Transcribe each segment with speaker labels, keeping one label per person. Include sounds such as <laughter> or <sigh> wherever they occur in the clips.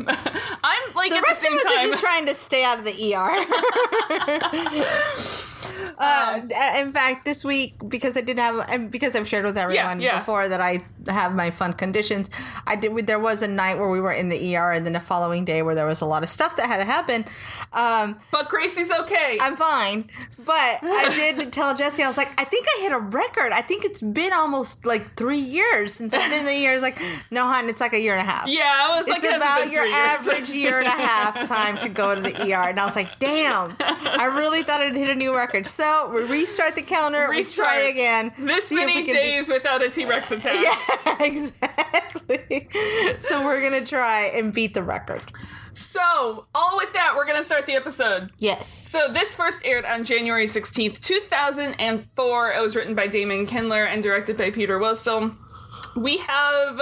Speaker 1: like
Speaker 2: The
Speaker 1: at the
Speaker 2: rest
Speaker 1: same
Speaker 2: of us are
Speaker 1: time
Speaker 2: just trying to stay out of the ER.
Speaker 1: <laughs>
Speaker 2: uh, in fact, this week because I did have, and because I've shared with everyone
Speaker 1: yeah.
Speaker 2: before that I have my fun conditions, I did. There was a night where we were in the ER, and then the following day where there was a lot of stuff that had to happen. Um,
Speaker 1: but gracie's okay
Speaker 2: I'm fine,
Speaker 1: <laughs>
Speaker 2: but I did tell Jesse I was like, I think I hit a record. I think it's been almost like three years since I've been in the ER. It's like, no, hon, it's like a year and a half
Speaker 1: yeah i was like
Speaker 2: it's
Speaker 1: it hasn't
Speaker 2: about
Speaker 1: been
Speaker 2: your
Speaker 1: three years.
Speaker 2: average year and a half time to go to the ER. And I was like, damn, I really thought I'd hit a new record. So we restart the counter,
Speaker 1: Restart.
Speaker 2: we try again.
Speaker 1: This
Speaker 2: see if we
Speaker 1: many
Speaker 2: can do-
Speaker 1: days without a T <laughs> Rex attack.
Speaker 2: <laughs> yeah, exactly. So we're going to try and beat the record.
Speaker 1: So, all with that, we're going to start the episode.
Speaker 2: Yes.
Speaker 1: So, this first aired on January 16th, 2004. It was written by Damon Kindler and directed by Peter Wostel. We have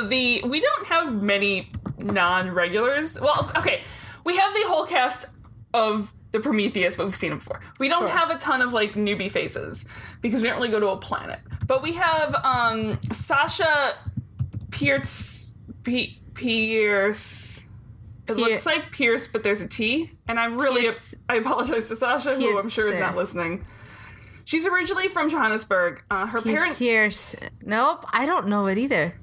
Speaker 1: the. We don't have many non regulars. Well, okay, we have the whole cast of the Prometheus, but we've seen them before. We don't
Speaker 2: Sure.
Speaker 1: have a ton of like newbie faces because we don't really go to a planet. But we have um, Sasha Pierce. P- Pierce. It
Speaker 2: Pier-
Speaker 1: looks like Pierce, but there's a T. And I'm really,
Speaker 2: Pierce.
Speaker 1: I apologize to Sasha, who I'm sure is
Speaker 2: Pierce.
Speaker 1: not listening. She's originally from Johannesburg. Uh, her parents.
Speaker 2: Pierce. Nope, I don't know it either.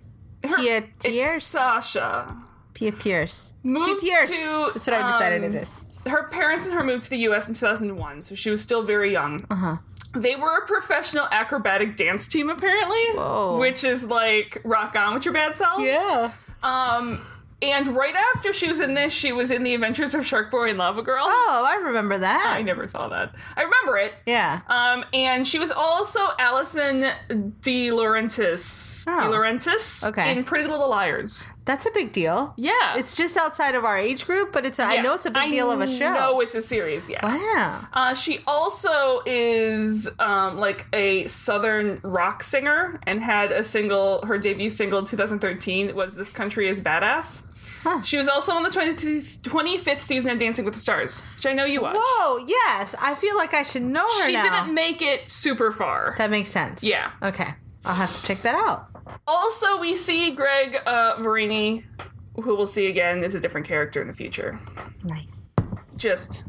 Speaker 1: her-
Speaker 2: Pierce.
Speaker 1: It's Sasha.
Speaker 2: Pierce.
Speaker 1: Moved
Speaker 2: Pierce.
Speaker 1: to,
Speaker 2: That's what I decided
Speaker 1: um,
Speaker 2: it is.
Speaker 1: her parents and her moved to the US in 2001, so she was still very young. Uh-huh. They were a professional acrobatic dance team, apparently,
Speaker 2: Whoa.
Speaker 1: which is like rock on with your bad selves. Um, and right after she was in this, she was in The Adventures of Shark Boy and Lava Girl.
Speaker 2: Oh, I remember
Speaker 1: I
Speaker 2: that.
Speaker 1: never saw that. I remember it.
Speaker 2: Yeah.
Speaker 1: Um, and she was also Allison De Laurentiis,
Speaker 2: Oh.
Speaker 1: De Laurentiis
Speaker 2: Okay.
Speaker 1: in Pretty Little Liars.
Speaker 2: That's a big deal.
Speaker 1: Yeah,
Speaker 2: It's just outside of our age group, but it's a I
Speaker 1: Yeah.
Speaker 2: know it's a big
Speaker 1: I
Speaker 2: deal of a show.
Speaker 1: know it's a series. Yeah.
Speaker 2: wow.
Speaker 1: Uh, she also is um, like a southern rock singer and had a single, her debut single in 2013 was This Country is Badass. She was also on the 20th, 25th season of Dancing with the Stars, which I know you watched.
Speaker 2: Whoa, Oh, yes. I feel like I should know her
Speaker 1: she
Speaker 2: now.
Speaker 1: didn't make it super far.
Speaker 2: that makes sense.
Speaker 1: yeah.
Speaker 2: Okay. I'll have to check that out.
Speaker 1: Also, we see Greg uh, Verini, who we'll see again is a different character in the future.
Speaker 2: Nice.
Speaker 1: Just,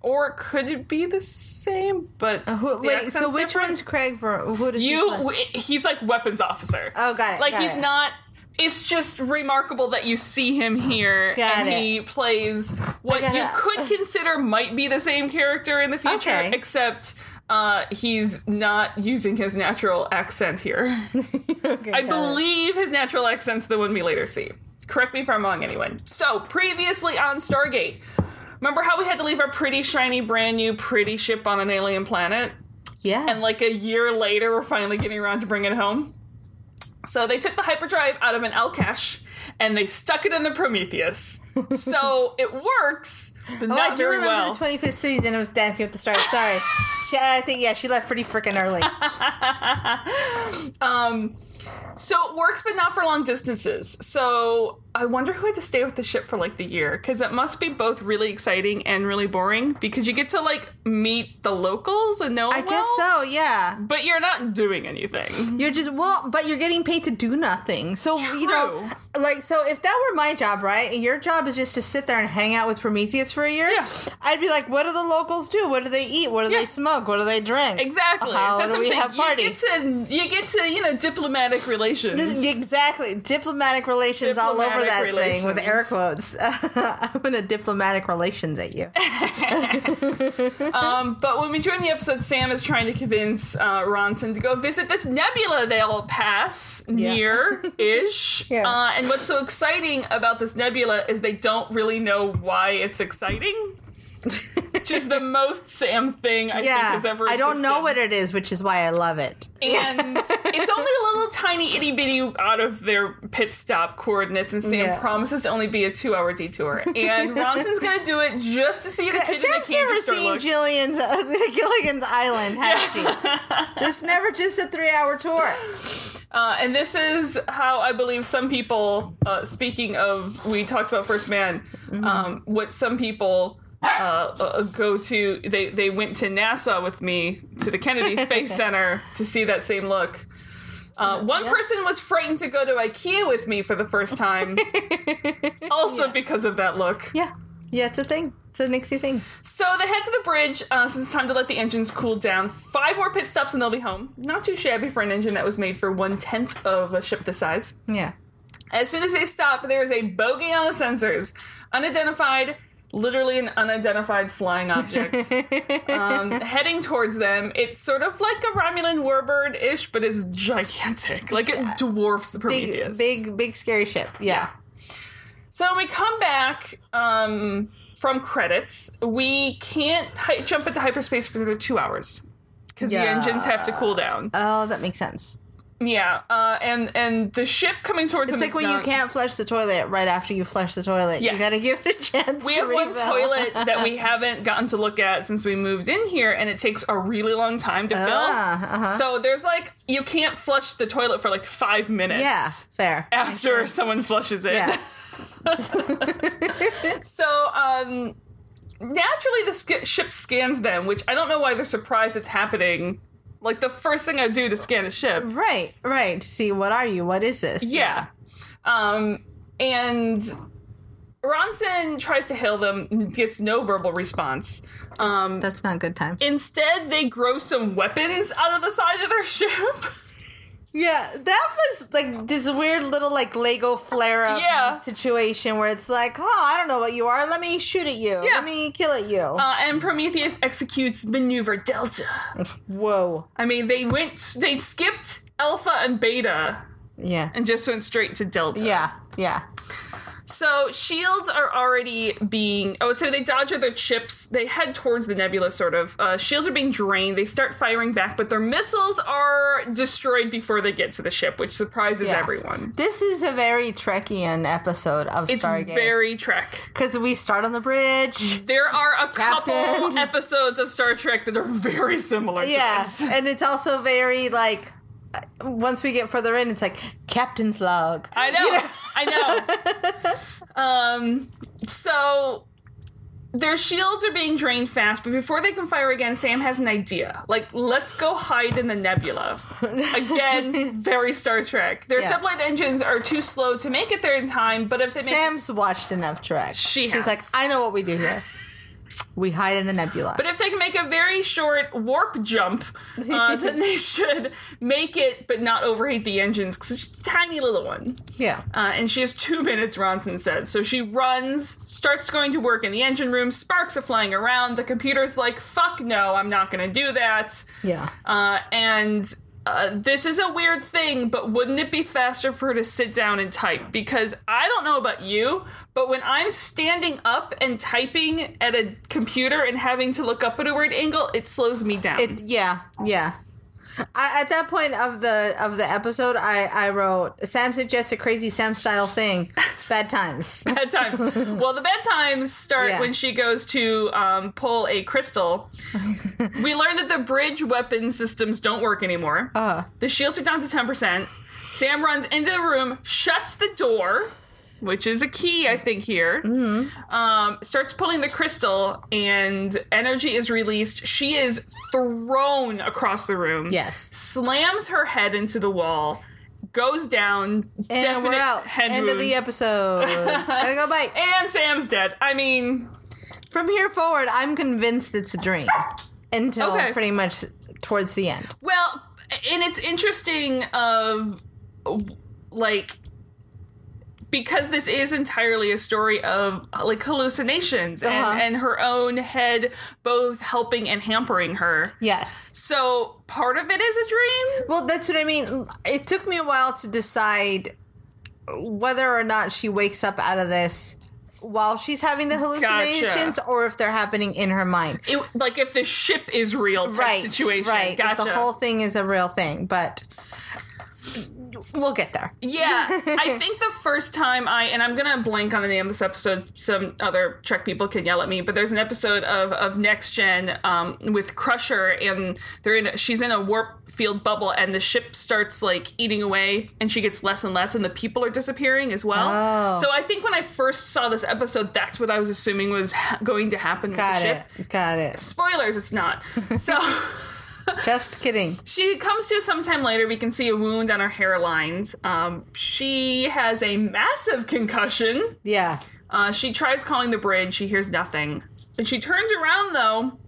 Speaker 1: or it could it be the same? But the
Speaker 2: Uh, wait, so
Speaker 1: accent's
Speaker 2: which
Speaker 1: different?
Speaker 2: one's Craig for who does he
Speaker 1: You,
Speaker 2: play?
Speaker 1: w- he's like weapons officer.
Speaker 2: Oh, got it,
Speaker 1: Like
Speaker 2: got
Speaker 1: he's
Speaker 2: it.
Speaker 1: not. It's just remarkable that you see him here
Speaker 2: Got
Speaker 1: and
Speaker 2: it.
Speaker 1: he plays what
Speaker 2: I got
Speaker 1: you
Speaker 2: it. <laughs>
Speaker 1: could consider might be the same character in the future,
Speaker 2: Okay.
Speaker 1: except uh, he's not using his natural accent here.
Speaker 2: Okay,
Speaker 1: I
Speaker 2: got it.
Speaker 1: believe his natural accent's the one we later see. Correct me if I'm wrong, anyone. So previously on Stargate, remember how we had to leave our pretty shiny, brand new, pretty ship on an alien planet?
Speaker 2: Yeah.
Speaker 1: and like a year later we're finally getting around to bring it home so they took the hyperdrive out of an Elcash and they stuck it in the
Speaker 2: <laughs>
Speaker 1: Prometheus. so it works, but
Speaker 2: Oh,
Speaker 1: not
Speaker 2: I do
Speaker 1: very
Speaker 2: remember
Speaker 1: well.
Speaker 2: the 25th season. It was Dancing with the Stars.
Speaker 1: <laughs>
Speaker 2: Sorry. she, I think, yeah, she left pretty freaking early.
Speaker 1: um, so it works, but not for long distances. So I wonder who had to stay with the ship for like the year because it must be both really exciting and really boring because you get to like meet the locals and know.
Speaker 2: I
Speaker 1: them
Speaker 2: guess
Speaker 1: well,
Speaker 2: so, yeah.
Speaker 1: but you're not doing anything.
Speaker 2: <laughs> You're just, well, but you're getting paid to do nothing. So, you know, like, so if that were my job, right? And your job is just to sit there and hang out with Prometheus for a year,
Speaker 1: Yeah.
Speaker 2: I'd be like, what do the locals do? What do they eat? What do
Speaker 1: Yeah.
Speaker 2: they smoke? What do they drink?
Speaker 1: Exactly.
Speaker 2: How
Speaker 1: That's what I'm
Speaker 2: do Oh, we
Speaker 1: saying.
Speaker 2: have
Speaker 1: You get
Speaker 2: parties?
Speaker 1: to you get to you know diplomatic relations.
Speaker 2: This is <laughs> exactly diplomatic relations all over
Speaker 1: Diplomatic
Speaker 2: that thing with air quotes. <laughs>
Speaker 1: relations.
Speaker 2: I'm gonna diplomatic relations at you.
Speaker 1: um, but when we join the episode, Sam is trying to convince uh, Ronson to go visit this nebula they all pass near ish.
Speaker 2: <laughs> Yeah.
Speaker 1: uh, and what's so exciting about this nebula is they don't really know why it's exciting. Which is
Speaker 2: <laughs>
Speaker 1: the most Sam thing I think
Speaker 2: Yeah,
Speaker 1: has ever.
Speaker 2: I don't know
Speaker 1: existed.
Speaker 2: what it is, which is why I love it. <laughs>
Speaker 1: and it's only a little tiny itty bitty out of their pit stop coordinates, and Sam
Speaker 2: Yeah.
Speaker 1: promises to only be a two hour detour. And Ronson's gonna do it just to see if the kid in the
Speaker 2: Sam's
Speaker 1: candy
Speaker 2: never
Speaker 1: store
Speaker 2: seen
Speaker 1: look.
Speaker 2: Gillian's uh, <laughs> Gilligan's Island,
Speaker 1: <laughs>
Speaker 2: has she? There's never just a three-hour tour.
Speaker 1: Uh, and this is how I believe some people. Uh, speaking of, we talked about First Man. Um, what some people. Uh, uh, go to they they went to NASA with me to the Kennedy Space Center to see that same look. Uh, one person was frightened to go to IKEA with me for the first time also because of that look.
Speaker 2: Yeah, yeah, it's a thing. It's a Nixie thing.
Speaker 1: So they head to the bridge uh, since it's time to let the engines cool down. Five more pit stops and they'll be home. Not too shabby for an engine that was made for one tenth of a ship this size.
Speaker 2: Yeah.
Speaker 1: As soon as they stop, there is a bogey on the sensors. Unidentified, literally an unidentified flying
Speaker 2: <laughs>
Speaker 1: object. um, heading towards them, it's sort of like a Romulan warbird ish, but it's
Speaker 2: <laughs>
Speaker 1: gigantic. Like it dwarfs the
Speaker 2: Big,
Speaker 1: Prometheus.
Speaker 2: big, big scary ship. Yeah.
Speaker 1: So when we come back um, from credits, we can't hi- jump into hyperspace for another two hours because the
Speaker 2: Yeah.
Speaker 1: engines have to cool down.
Speaker 2: Oh, that makes sense.
Speaker 1: yeah, uh, and and the ship coming towards them.
Speaker 2: It's like
Speaker 1: is
Speaker 2: when
Speaker 1: not-
Speaker 2: you can't flush the toilet right after you flush the toilet. You
Speaker 1: Yes.
Speaker 2: gotta give it a chance.
Speaker 1: We
Speaker 2: to
Speaker 1: have one
Speaker 2: refill. <laughs>
Speaker 1: toilet that we haven't gotten to look at since we moved in here, and it takes a really long time to
Speaker 2: Ah,
Speaker 1: fill.
Speaker 2: uh-huh.
Speaker 1: So there's like you can't flush the toilet for like five minutes
Speaker 2: Yeah, fair.
Speaker 1: after someone flushes it.
Speaker 2: Yeah.
Speaker 1: <laughs> So, um, naturally, the sk- ship scans them, which I don't know why they're surprised it's happening. Like, the first thing I do to scan a ship.
Speaker 2: Right, right. See, what are you? What is this?
Speaker 1: Yeah. Um, and Ronson tries to hail them, gets no verbal response. Um,
Speaker 2: That's not good time.
Speaker 1: instead, they grow some weapons out of the side of their <laughs> ship.
Speaker 2: Yeah, that was like this weird little like Lego flare up
Speaker 1: Yeah.
Speaker 2: situation where it's like, oh, I don't know what you are. Let me shoot at you.
Speaker 1: Yeah.
Speaker 2: Let me kill at you.
Speaker 1: Uh, and Prometheus executes maneuver Delta.
Speaker 2: Whoa.
Speaker 1: I mean, they went, they skipped Alpha and Beta
Speaker 2: Yeah.
Speaker 1: and just went straight to Delta.
Speaker 2: Yeah. Yeah.
Speaker 1: So shields are already being. Oh, so they dodge other chips. They head towards the nebula, sort of. Uh, shields are being drained. They start firing back, but their missiles are destroyed before they get to the ship, which surprises
Speaker 2: Yeah.
Speaker 1: everyone.
Speaker 2: This is a very Trekkian episode of
Speaker 1: It's
Speaker 2: Stargate.
Speaker 1: very Trek.
Speaker 2: because we start on
Speaker 1: <laughs>
Speaker 2: the bridge.
Speaker 1: There are a couple
Speaker 2: Captain.
Speaker 1: episodes of Star Trek that are very similar. To
Speaker 2: Yeah,
Speaker 1: this.
Speaker 2: and it's also very like uh, once we get further in, it's like captain's log.
Speaker 1: <laughs> I know. I know. um, so their shields are being drained fast, but before they can fire again, Sam has an idea. Like, let's go hide in the nebula.
Speaker 2: <laughs>
Speaker 1: Again, very Star Trek. Their
Speaker 2: Yeah.
Speaker 1: sublight engines are too slow to make it there in time, but if they make
Speaker 2: Sam's watched enough Trek.
Speaker 1: She
Speaker 2: She's
Speaker 1: has.
Speaker 2: like, I know what we do here. We hide in the nebula.
Speaker 1: but if they can make a very short warp jump, uh, then they should make it, but not overheat the engines because it's a tiny little one.
Speaker 2: yeah.
Speaker 1: Uh, and she has two minutes, Ronson said. So she runs, starts going to work in the engine room, sparks are flying around. The computer's like, fuck no, I'm not gonna do that.
Speaker 2: Yeah.
Speaker 1: Uh, and uh, this is a weird thing, but wouldn't it be faster for her to sit down and type? Because I don't know about you, but when I'm standing up and typing at a computer and having to look up at a weird angle, it slows me down.
Speaker 2: It, yeah, yeah. I, at that point of the of the episode, I I wrote Sam suggests a crazy Sam
Speaker 1: <laughs>
Speaker 2: style thing. Bad
Speaker 1: <laughs>
Speaker 2: times.
Speaker 1: bad
Speaker 2: <laughs>
Speaker 1: times. Well, the bad times start
Speaker 2: Yeah.
Speaker 1: when she goes to um, pull a
Speaker 2: <laughs>
Speaker 1: crystal. we learn that the bridge weapon systems don't work anymore.
Speaker 2: Uh,
Speaker 1: the shields are down to 10%. Sam runs into the room, shuts the door, which is a key, I think, here.
Speaker 2: Mm-hmm.
Speaker 1: Um, starts pulling the crystal, and energy is released. She is thrown across the room.
Speaker 2: yes.
Speaker 1: Slams her head into the wall, goes down.
Speaker 2: And we're out.
Speaker 1: Head
Speaker 2: End of
Speaker 1: wound.
Speaker 2: the episode. Gotta go bite.
Speaker 1: <laughs> And Sam's dead. I mean,
Speaker 2: From here forward, I'm convinced it's a dream until
Speaker 1: Okay.
Speaker 2: pretty much towards the end.
Speaker 1: well, and it's interesting of like because this is entirely a story of like hallucinations
Speaker 2: Uh-huh.
Speaker 1: and, and her own head both helping and hampering her.
Speaker 2: Yes.
Speaker 1: So part of it is a dream.
Speaker 2: Well, that's what I mean. It took me a while to decide whether or not she wakes up out of this while she's having the hallucinations or if they're happening in her mind.
Speaker 1: It, like if the ship is real type
Speaker 2: Right.
Speaker 1: situation.
Speaker 2: Right. if
Speaker 1: Gotcha.
Speaker 2: The whole thing is a real thing, but we'll get there.
Speaker 1: Yeah,
Speaker 2: <laughs>
Speaker 1: I think the first time I and I'm gonna blank on the name of this episode. Some other Trek people can yell at me, but there's an episode of of Next Gen um, with Crusher, and they're in she's in a warp field bubble, and the ship starts like eating away, and she gets less and less, and the people are disappearing as well.
Speaker 2: Oh.
Speaker 1: So I think when I first saw this episode, that's what I was assuming was <laughs> ha- going to happen with
Speaker 2: Got
Speaker 1: the
Speaker 2: it.
Speaker 1: ship.
Speaker 2: Got it.
Speaker 1: Spoilers, it's
Speaker 2: <laughs>
Speaker 1: not. So.
Speaker 2: Just kidding.
Speaker 1: She comes to sometime later. We can see a wound on her hairlines. Um, she has a massive concussion.
Speaker 2: Yeah.
Speaker 1: Uh, she tries calling the bridge. She hears nothing. When she turns around, though,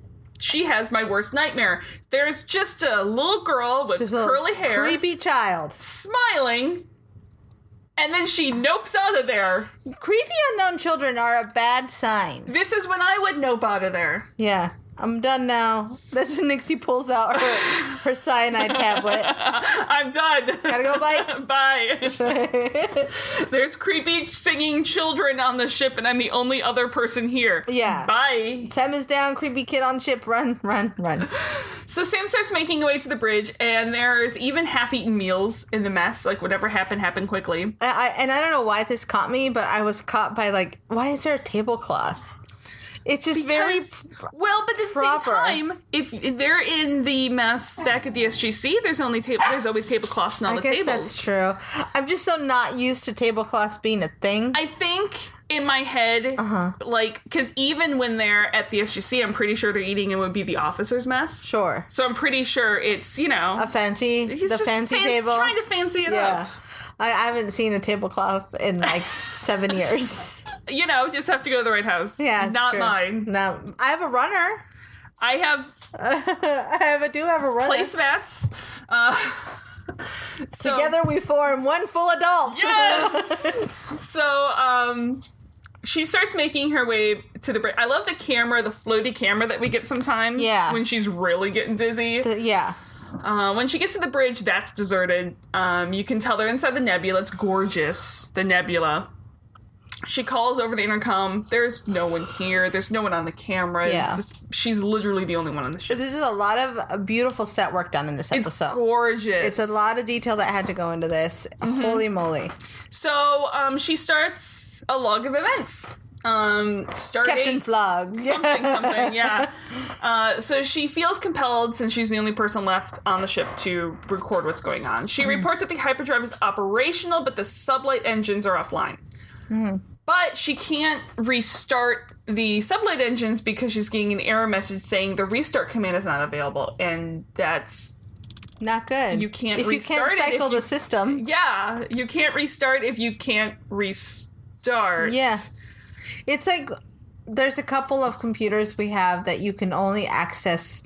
Speaker 1: she has my worst nightmare. There's just a little girl with
Speaker 2: Just a little
Speaker 1: curly hair
Speaker 2: Creepy child.
Speaker 1: smiling, and then she nopes out of there.
Speaker 2: Creepy unknown children are a bad sign.
Speaker 1: This is when I would nope out of there. <laughs>
Speaker 2: Yeah, I'm done now. That's when Nixie pulls out her, her cyanide tablet.
Speaker 1: I'm done. <laughs>
Speaker 2: Gotta go bite.
Speaker 1: Bye. <laughs>
Speaker 2: <laughs>
Speaker 1: There's creepy singing children on the ship, and I'm the only other person here.
Speaker 2: Yeah.
Speaker 1: Bye.
Speaker 2: Sam is down, creepy kid on ship. Run, run, run.
Speaker 1: So Sam starts making her way to the bridge, and there's even half eaten meals in the mess. Like, whatever happened, happened quickly.
Speaker 2: I, I, and I don't know why this caught me, but I was caught by like, why is there a tablecloth? It's just
Speaker 1: Because- well, but at the
Speaker 2: proper.
Speaker 1: same time, if they're in the mess back at the SGC, there's only table. There's always tablecloths on all
Speaker 2: very. I
Speaker 1: the
Speaker 2: guess
Speaker 1: tables.
Speaker 2: that's true. I'm just so not used to tablecloths being a thing.
Speaker 1: I think in my head,
Speaker 2: Uh-huh.
Speaker 1: like, because even when they're at the SGC, I'm pretty sure they're eating it would be the officers' mess.
Speaker 2: sure,
Speaker 1: So I'm pretty sure it's you know
Speaker 2: a fancy,
Speaker 1: he's
Speaker 2: the
Speaker 1: just
Speaker 2: fancy
Speaker 1: fanc-
Speaker 2: table.
Speaker 1: trying to fancy it
Speaker 2: yeah, I, I haven't seen a tablecloth in like <laughs> seven years. <laughs>
Speaker 1: up. You know, just have to go to the right house.
Speaker 2: Yeah, it's
Speaker 1: not
Speaker 2: true.
Speaker 1: mine.
Speaker 2: No, I have a runner. <laughs>
Speaker 1: I have
Speaker 2: I have a, do have a runner.
Speaker 1: placemats. Uh, <laughs> so-
Speaker 2: Together we form one full adult. <laughs>
Speaker 1: Yes. <laughs> so um she starts making her way to the bridge. I love the camera, the floaty camera that we get sometimes.
Speaker 2: Yeah.
Speaker 1: When she's really getting dizzy.
Speaker 2: yeah.
Speaker 1: Uh, when she gets to the bridge, that's deserted. Um, you can tell they're inside the nebula. It's gorgeous, the nebula. She calls over the intercom. There's no one here. There's no one on the cameras.
Speaker 2: Yeah.
Speaker 1: This- she's literally the only one on the ship.
Speaker 2: This is a lot of uh, beautiful set work done in this
Speaker 1: It's
Speaker 2: episode.
Speaker 1: gorgeous. Mm-hmm.
Speaker 2: It's a lot of detail that had to go into this. Holy moly.
Speaker 1: So um, she starts a log of events. Um, starting
Speaker 2: Captain's log.
Speaker 1: something,
Speaker 2: <laughs>
Speaker 1: something, yeah. Uh, so she feels compelled, since she's the only person left on the ship, to record what's going on.
Speaker 2: Mm-hmm.
Speaker 1: She reports that the hyperdrive is operational, but the sublight engines are offline.
Speaker 2: Mm-hmm.
Speaker 1: But she can't restart the sublight engines because she's getting an error message saying the restart command is not available, and that's
Speaker 2: Not good.
Speaker 1: You can't
Speaker 2: If you
Speaker 1: restart
Speaker 2: can't
Speaker 1: it if
Speaker 2: cycle
Speaker 1: you-
Speaker 2: the system,
Speaker 1: yeah, you can't restart if you can't restart.
Speaker 2: Yeah. it's like there's a couple of computers we have that you can only access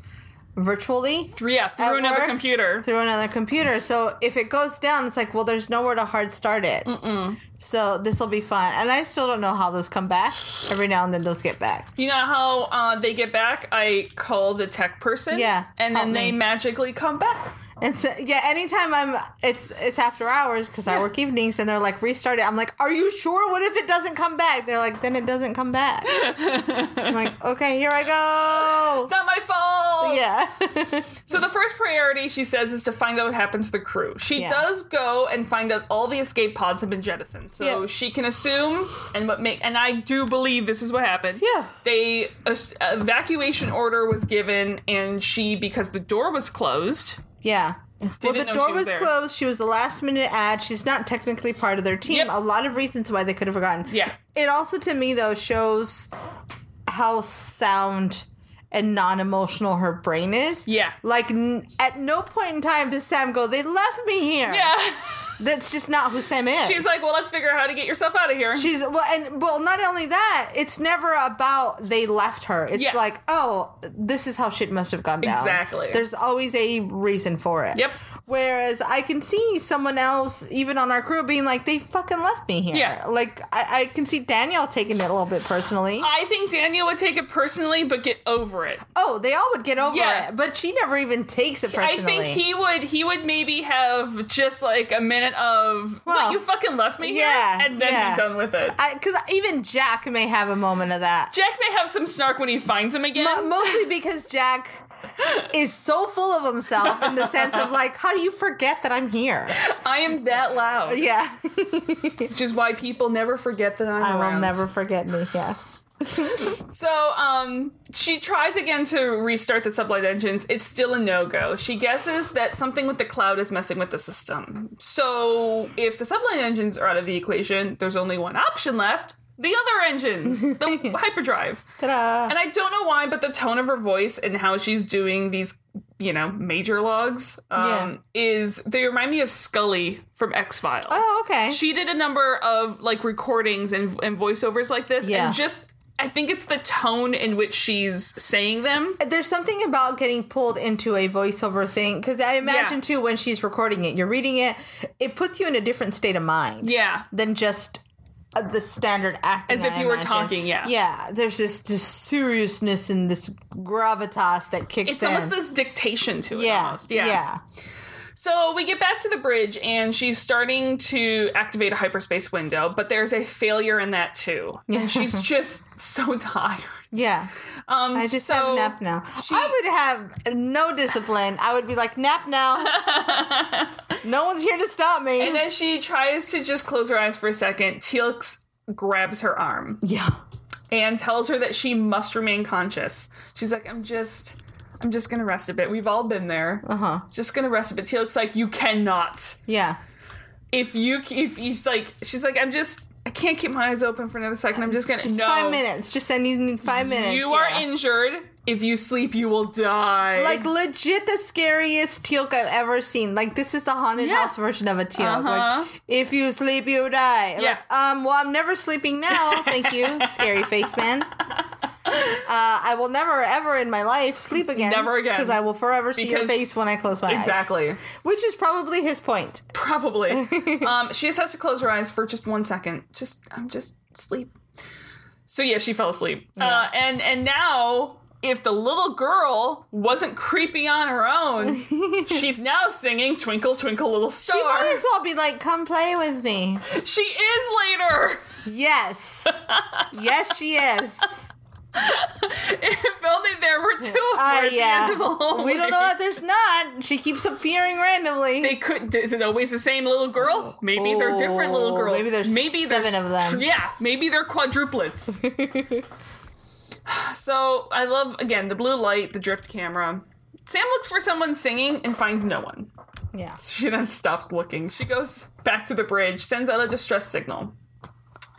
Speaker 2: virtually
Speaker 1: Through- yeah, through
Speaker 2: At
Speaker 1: another
Speaker 2: work?
Speaker 1: computer.
Speaker 2: through another computer. So if it goes down, it's like, well, there's nowhere to hard start it. Mm-mm. So this will be fun. And I still don't know how those come back. Every now and then those get back.
Speaker 1: You know how uh, they get back? I call the tech person.
Speaker 2: Yeah,
Speaker 1: And
Speaker 2: help
Speaker 1: then they
Speaker 2: me.
Speaker 1: magically come back.
Speaker 2: And so yeah, anytime I'm it's it's after hours because I work evenings, and they're like restart it. I'm like, are you sure? What if it doesn't come back? They're like, then it doesn't
Speaker 1: <laughs>
Speaker 2: come back. I'm like, okay, here I
Speaker 1: It's
Speaker 2: go.
Speaker 1: not my fault. <laughs>
Speaker 2: Yeah,
Speaker 1: So the first priority, she says, is to find out what happened to the crew. She
Speaker 2: Yeah.
Speaker 1: does go and find out all the escape pods have been jettisoned. So
Speaker 2: Yeah.
Speaker 1: she can assume and what make and I do believe this is what happened.
Speaker 2: Yeah.
Speaker 1: They a s- evacuation order was given and she because the door was closed.
Speaker 2: yeah. well, the
Speaker 1: know
Speaker 2: door
Speaker 1: she was
Speaker 2: was,
Speaker 1: there.
Speaker 2: closed. She was the last minute ad. She's not technically part of their team.
Speaker 1: Yep.
Speaker 2: A lot of reasons why they could have forgotten.
Speaker 1: Yeah.
Speaker 2: It also to me though shows how sound and non-emotional her brain is.
Speaker 1: Yeah.
Speaker 2: Like n- at no point in time does Sam go, "They left me here."
Speaker 1: Yeah. <laughs>
Speaker 2: That's just not who Sam is.
Speaker 1: She's like, well, let's figure out how to get yourself out of here.
Speaker 2: she's well, and well, not only that, it's never about they left her. It's
Speaker 1: Yeah.
Speaker 2: like, oh, this is how shit must have gone down.
Speaker 1: Exactly.
Speaker 2: There's always a reason for it.
Speaker 1: Yep.
Speaker 2: Whereas I can see someone else, even on our crew, being like, they fucking left me here.
Speaker 1: Yeah.
Speaker 2: Like I, I can see Danielle taking it a little bit personally.
Speaker 1: I think Daniel would take it personally, but get over it.
Speaker 2: oh, they all would get over
Speaker 1: Yeah.
Speaker 2: it, but she never even takes it personally.
Speaker 1: I think he would he would maybe have just like a minute of well,
Speaker 2: Well,
Speaker 1: you fucking left me here
Speaker 2: yeah,
Speaker 1: and then
Speaker 2: yeah.
Speaker 1: be done with it.
Speaker 2: because even Jack may have a moment of that.
Speaker 1: Jack may have some snark when he finds him again.
Speaker 2: Mo- Uh, mostly because Jack is so full of himself in the sense of like, how do you forget that I'm here?
Speaker 1: I am that loud,
Speaker 2: <laughs> Yeah,
Speaker 1: which is why people never forget that I'm
Speaker 2: I will
Speaker 1: around.
Speaker 2: never forget me. Yeah,
Speaker 1: So, um, she tries again to restart the sublight engines. It's still a no go. She guesses that something with the cloud is messing with the system. So, if the sublight engines are out of the equation, there's only one option left the other engines, the hyperdrive.
Speaker 2: Ta-da.
Speaker 1: And I don't know why, but the tone of her voice and how she's doing these, you know, major logs um, is they remind me of Scully from X Files.
Speaker 2: Oh, okay.
Speaker 1: She did a number of like recordings and, and voiceovers like this,
Speaker 2: Yeah.
Speaker 1: and just I think it's the tone in which she's saying them.
Speaker 2: There's something about getting pulled into a voiceover thing because I imagine
Speaker 1: Yeah.
Speaker 2: too when she's recording it, you're reading it, it puts you in a different state of mind
Speaker 1: Yeah,
Speaker 2: than just. uh, The standard acting,
Speaker 1: As if
Speaker 2: I
Speaker 1: you were
Speaker 2: imagine.
Speaker 1: talking, yeah.
Speaker 2: yeah. There's this, this seriousness and this gravitas that kicks
Speaker 1: it's
Speaker 2: in.
Speaker 1: almost this dictation to it.
Speaker 2: yeah,
Speaker 1: almost.
Speaker 2: yeah,
Speaker 1: So we get back to the bridge, and she's starting to activate a hyperspace window, but there's a failure in that too.
Speaker 2: <laughs>
Speaker 1: And she's just so tired.
Speaker 2: yeah.
Speaker 1: Um,
Speaker 2: I just
Speaker 1: so
Speaker 2: have nap now. I would have no discipline. I would be like nap
Speaker 1: <laughs>
Speaker 2: now. no one's here to stop me.
Speaker 1: And as she tries to just close her eyes for a second, Teal'c grabs her arm.
Speaker 2: yeah,
Speaker 1: and tells her that she must remain conscious. She's like, I'm just, I'm just gonna rest a bit. We've all been there. Uh
Speaker 2: Uh-huh.
Speaker 1: huh. Just gonna rest a bit. Teal'c's like, you cannot.
Speaker 2: Yeah.
Speaker 1: If you, if he's like, she's like, I'm just, I can't keep my eyes open for another second. I'm just gonna.
Speaker 2: Just
Speaker 1: no.
Speaker 2: five minutes. Just I need five minutes.
Speaker 1: You are
Speaker 2: yeah.
Speaker 1: injured. If you sleep, you will die.
Speaker 2: Like legit the scariest teal'c I've ever seen. Like this is the haunted
Speaker 1: Yeah.
Speaker 2: house version of a teal'c.
Speaker 1: Uh-huh.
Speaker 2: Like if you sleep, you die.
Speaker 1: Yeah.
Speaker 2: Like, um. Well, I'm never sleeping now.
Speaker 1: <laughs>
Speaker 2: Thank you, scary face man. Uh, I will never ever in my life sleep again.
Speaker 1: Never again.
Speaker 2: Because I will forever see your
Speaker 1: Because-
Speaker 2: face when I close my eyes.
Speaker 1: exactly.
Speaker 2: Which is probably his point. <laughs>
Speaker 1: Probably. um, she just has to close her eyes for just one second. Just I'm just sleep. So yeah, she fell asleep. Uh, and and now if the little girl wasn't creepy on her
Speaker 2: <laughs>
Speaker 1: own, she's now singing "Twinkle Twinkle Little Star."
Speaker 2: You might as well be like, come play with me.
Speaker 1: she is later. <laughs>
Speaker 2: Yes. yes, she is.
Speaker 1: if only there were two of her
Speaker 2: Oh
Speaker 1: at
Speaker 2: yeah.
Speaker 1: the end of the whole
Speaker 2: we don't
Speaker 1: way.
Speaker 2: know that there's not. She keeps appearing randomly.
Speaker 1: They could. Is it always the same little girl? Maybe they're different little
Speaker 2: Oh,
Speaker 1: girls.
Speaker 2: maybe there's seven of them.
Speaker 1: Yeah, maybe they're quadruplets.
Speaker 2: <laughs>
Speaker 1: so I love again the blue light, the drift camera. Sam looks for someone singing and finds no one.
Speaker 2: yeah.
Speaker 1: She then stops looking. She goes back to the bridge, sends out a distress signal.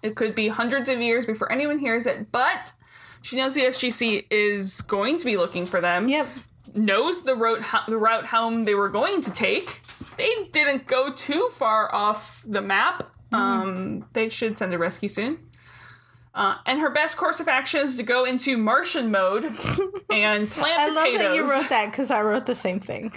Speaker 1: It could be hundreds of years before anyone hears it, but she knows the SGC is going to be looking for them
Speaker 2: Yep.
Speaker 1: knows the route ho- the route home they were going to take. They didn't go too far off the map.
Speaker 2: Mm-hmm.
Speaker 1: Um, they should send a rescue soon. Uh, and her best course of action is to go into Martian
Speaker 2: <laughs>
Speaker 1: mode and plant
Speaker 2: I love
Speaker 1: potatoes.
Speaker 2: that you wrote that because I wrote the same thing. <laughs>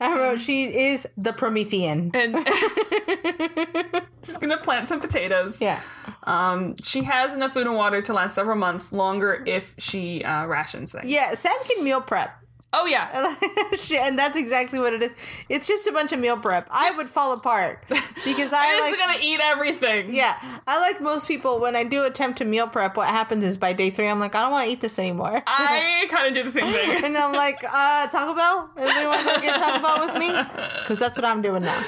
Speaker 2: I wrote she is the Promethean.
Speaker 1: and
Speaker 2: <laughs>
Speaker 1: <laughs> she's gonna plant some potatoes. Um,
Speaker 2: Yeah.
Speaker 1: She has enough food and water to last several months longer if she uh, rations things.
Speaker 2: Yeah. Sam can meal prep. <laughs>
Speaker 1: Oh yeah,
Speaker 2: She- and that's exactly what it is. It's just a bunch of meal prep. I would fall apart because I
Speaker 1: <laughs> I'm
Speaker 2: like
Speaker 1: gonna eat everything.
Speaker 2: yeah, I like most people when I do attempt to meal prep what happens is by day 3 I'm like I don't want to eat
Speaker 1: <laughs>
Speaker 2: this anymore.
Speaker 1: I kind of do the same
Speaker 2: <laughs>
Speaker 1: thing.
Speaker 2: and I'm like, uh, Taco Bell? Anybody want to get Taco
Speaker 1: <laughs>
Speaker 2: Bell with me? Because that's what I'm doing now.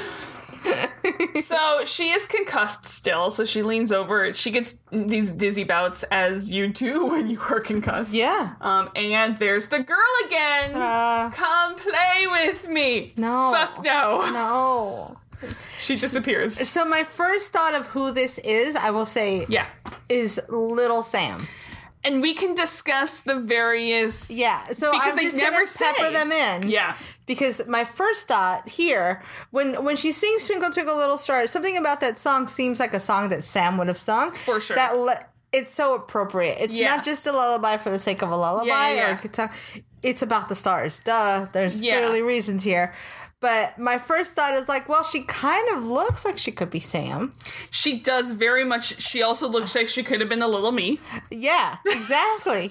Speaker 1: So she is concussed still, so she leans over. She gets these dizzy bouts as you do <laughs> when you are concussed.
Speaker 2: Yeah.
Speaker 1: Um, and there's the girl again.
Speaker 2: Uh,
Speaker 1: Come play with me.
Speaker 2: No.
Speaker 1: Fuck no.
Speaker 2: no.
Speaker 1: She disappears.
Speaker 2: So my first thought of who this is, I will say,
Speaker 1: Yeah.
Speaker 2: is Little Sam.
Speaker 1: And we can discuss the various.
Speaker 2: Yeah. So
Speaker 1: Because
Speaker 2: I'm
Speaker 1: they
Speaker 2: just
Speaker 1: never
Speaker 2: gonna
Speaker 1: say.
Speaker 2: pepper them in.
Speaker 1: Yeah.
Speaker 2: Because my first thought here, when when she sings "Twinkle Twinkle Little Star," something about that song seems like a song that Sam would have sung. For
Speaker 1: sure.
Speaker 2: That le- it's so appropriate. It's
Speaker 1: Yeah.
Speaker 2: not just a lullaby for the sake of a lullaby
Speaker 1: Yeah, yeah,
Speaker 2: or
Speaker 1: yeah.
Speaker 2: a good song. It's about the stars. Duh. There's
Speaker 1: Yeah.
Speaker 2: clearly reasons here. But my first thought is like, well, she kind of looks like she could be Sam.
Speaker 1: She does very much. She also looks like she could have been the little me.
Speaker 2: Yeah, exactly.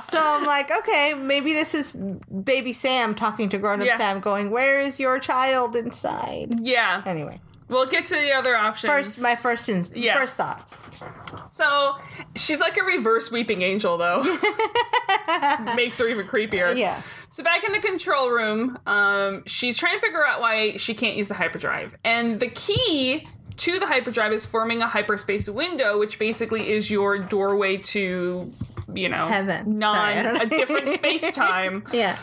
Speaker 1: <laughs>
Speaker 2: so I'm like, okay, maybe this is baby Sam talking to grown up
Speaker 1: Yeah.
Speaker 2: Sam, going, "Where is your child inside?"
Speaker 1: Yeah.
Speaker 2: Anyway,
Speaker 1: We'll get to the other options.
Speaker 2: first my first in-
Speaker 1: Yeah.
Speaker 2: first thought.
Speaker 1: So she's like a reverse weeping angel,
Speaker 2: <laughs>
Speaker 1: though. Makes her even creepier.
Speaker 2: Yeah.
Speaker 1: So back in the control room, um, she's trying to figure out why she can't use the hyperdrive, and the key to the hyperdrive is forming a hyperspace window, which basically is your doorway to, you know,
Speaker 2: Heaven.
Speaker 1: non
Speaker 2: Sorry, I don't know.
Speaker 1: a
Speaker 2: <laughs>
Speaker 1: different space time.
Speaker 2: Yeah.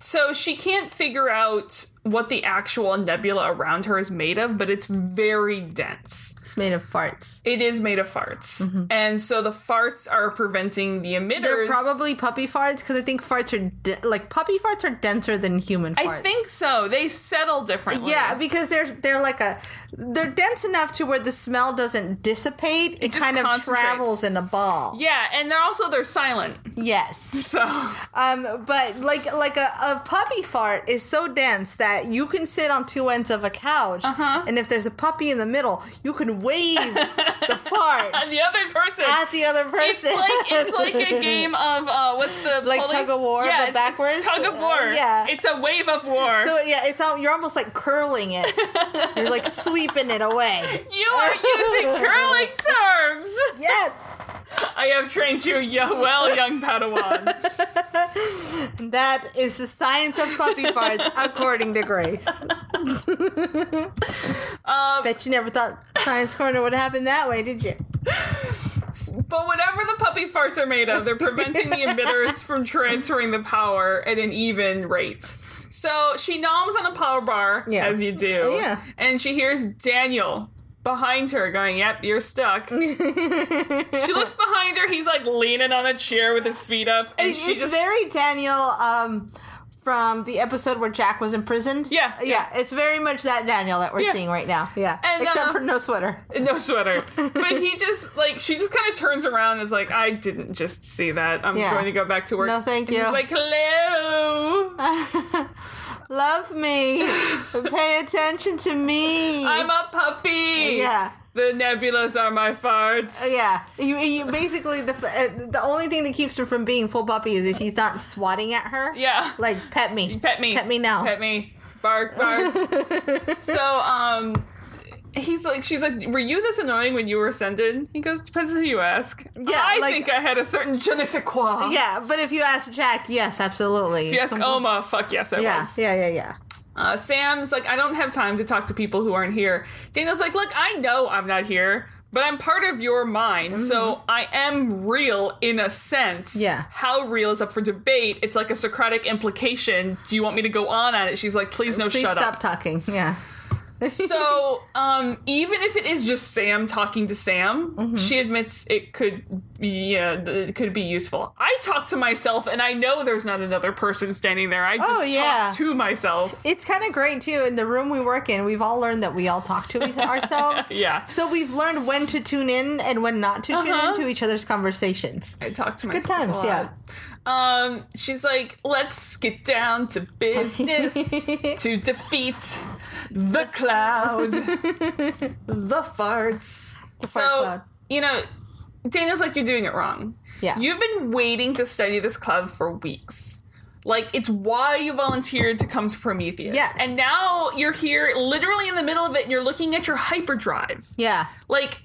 Speaker 1: So she can't figure out what the actual nebula around her is made of, but it's very dense.
Speaker 2: It's made of farts.
Speaker 1: It is made of farts. And so the farts are preventing the emitters.
Speaker 2: Mm-hmm. They're probably puppy farts because I think farts are de- like puppy farts are denser than human farts.
Speaker 1: I think so. They settle differently.
Speaker 2: Yeah, because they're they're like a they're dense enough to where the smell doesn't dissipate. It,
Speaker 1: just
Speaker 2: kind of
Speaker 1: concentrates.
Speaker 2: travels in a ball.
Speaker 1: Yeah, and they're also they're silent. <laughs>
Speaker 2: Yes.
Speaker 1: So
Speaker 2: Um, but like like a, a puppy fart is so dense that you can sit on two ends of a couch,
Speaker 1: Uh-huh.
Speaker 2: and if there's a puppy in the middle, you can wave
Speaker 1: <laughs>
Speaker 2: the fart
Speaker 1: and the other person
Speaker 2: at the other person.
Speaker 1: It's like it's like
Speaker 2: <laughs>
Speaker 1: a game of uh what's the
Speaker 2: Like
Speaker 1: pulling-
Speaker 2: tug of war,
Speaker 1: yeah,
Speaker 2: but
Speaker 1: it's- it's
Speaker 2: backwards?
Speaker 1: tug of war.
Speaker 2: Uh, yeah.
Speaker 1: It's a wave of war.
Speaker 2: so yeah, it's all, you're almost like curling
Speaker 1: <laughs>
Speaker 2: it. You're like sweeping it away.
Speaker 1: you are
Speaker 2: <laughs>
Speaker 1: using curling terms.
Speaker 2: Yes,
Speaker 1: I have trained you yo- well, young
Speaker 2: <laughs>
Speaker 1: Padawan.
Speaker 2: that is the science of puppy farts, according to
Speaker 1: <laughs>
Speaker 2: Grace.
Speaker 1: Um,
Speaker 2: Bet you never thought Science Corner would happen that way, did you?
Speaker 1: But whatever the puppy farts are made of, they're
Speaker 2: <laughs>
Speaker 1: preventing the emitters from transferring the power at an even rate. So she noms on a power bar,
Speaker 2: Yeah. Oh,
Speaker 1: as you do.
Speaker 2: Yeah.
Speaker 1: And she hears Daniel behind her going, Yep, you're
Speaker 2: <laughs>
Speaker 1: stuck. she looks behind her. He's like leaning on a chair with his feet up. And
Speaker 2: It's
Speaker 1: she just.
Speaker 2: very Daniel um, from the episode where Jack was imprisoned. Uh,
Speaker 1: Yeah,
Speaker 2: yeah, it's very much that Daniel that we're
Speaker 1: Yeah.
Speaker 2: seeing right now. Yeah,
Speaker 1: And,
Speaker 2: except
Speaker 1: uh,
Speaker 2: for no sweater.
Speaker 1: <laughs>
Speaker 2: <laughs>
Speaker 1: no sweater. But he just like she just kind of turns around and is like, I didn't just see that. I'm
Speaker 2: Yeah.
Speaker 1: going to go back to work.
Speaker 2: No, thank
Speaker 1: And he's
Speaker 2: you.
Speaker 1: like, hello.
Speaker 2: Love me,
Speaker 1: <laughs>
Speaker 2: pay attention to me.
Speaker 1: I'm a puppy.
Speaker 2: yeah. Oh,
Speaker 1: The nebulas are my farts.
Speaker 2: Yeah, you, you basically the f- uh, the only thing that keeps her from being full puppy is if he's not swatting at her.
Speaker 1: Yeah.
Speaker 2: like pet me,
Speaker 1: pet me.
Speaker 2: pet me now.
Speaker 1: Pet me. Bark,
Speaker 2: <laughs>
Speaker 1: bark. so, um, he's like, she's like, were you this annoying when you were ascended? He goes, depends who you ask.
Speaker 2: Yeah,
Speaker 1: I
Speaker 2: like-
Speaker 1: think I had a certain je ne sais quoi.
Speaker 2: Yeah, but if you ask Jack, yes, absolutely.
Speaker 1: If you ask Oma, fuck yes, I
Speaker 2: yeah,
Speaker 1: was.
Speaker 2: yeah, yeah, yeah.
Speaker 1: Uh, Sam's like, I don't have time to talk to people who aren't here. Daniel's like, look, I know I'm not here, but I'm part of your mind, so I am real in a sense.
Speaker 2: Mm-hmm. Yeah.
Speaker 1: How real is up for debate. It's like a Socratic implication. Do you want me to go on at it? She's like, please no,
Speaker 2: Please
Speaker 1: Oh, shut
Speaker 2: stop <laughs>
Speaker 1: up.
Speaker 2: talking. Yeah.
Speaker 1: so um, even if it is just Sam talking to Sam,
Speaker 2: Mm-hmm.
Speaker 1: she admits it could, yeah, th- it could be useful. I talk to myself, and I know there's not another person standing there. I just
Speaker 2: Oh, yeah.
Speaker 1: talk to myself.
Speaker 2: <laughs> It's kind of great too. In the room we work in, we've all learned that we all talk to
Speaker 1: <laughs>
Speaker 2: each ourselves.
Speaker 1: Yeah.
Speaker 2: So we've learned when to tune in and when not to tune
Speaker 1: Uh-huh.
Speaker 2: in to each other's conversations.
Speaker 1: I talked to
Speaker 2: Good
Speaker 1: myself a
Speaker 2: times,
Speaker 1: lot.
Speaker 2: yeah.
Speaker 1: Um, she's like, let's get down to
Speaker 2: <laughs>
Speaker 1: business to defeat the
Speaker 2: <laughs>
Speaker 1: cloud, the farts.
Speaker 2: fart
Speaker 1: so
Speaker 2: cloud.
Speaker 1: you know, Daniel's like, you're doing it wrong.
Speaker 2: Yeah.
Speaker 1: you've been waiting to study this cloud for weeks. Like it's why you volunteered to come to Prometheus.
Speaker 2: Yes.
Speaker 1: And now you're here literally in the middle of it and you're looking at your hyperdrive.
Speaker 2: Yeah.
Speaker 1: Like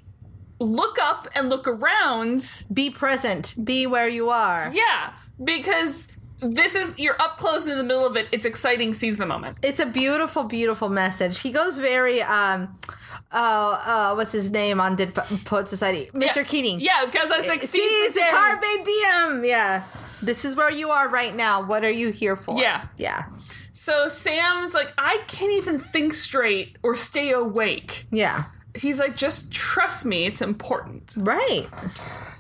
Speaker 1: look up and look around
Speaker 2: Be present. Be where you are.
Speaker 1: yeah, because this is you're up close and in the middle of it. It's exciting. Seize the moment.
Speaker 2: It's a beautiful, beautiful message. He goes very um, oh, uh, what's his name on Did Po- Poet Society? Mr.
Speaker 1: Yeah.
Speaker 2: Keating.
Speaker 1: Yeah, because I was like, seize,
Speaker 2: Seize
Speaker 1: the
Speaker 2: the
Speaker 1: day.
Speaker 2: carpe diem. Yeah. This is where you are right now. What are you here for?
Speaker 1: Yeah.
Speaker 2: Yeah.
Speaker 1: So Sam's like, I can't even think straight or stay awake.
Speaker 2: Yeah.
Speaker 1: He's like, just trust me. It's important.
Speaker 2: Right.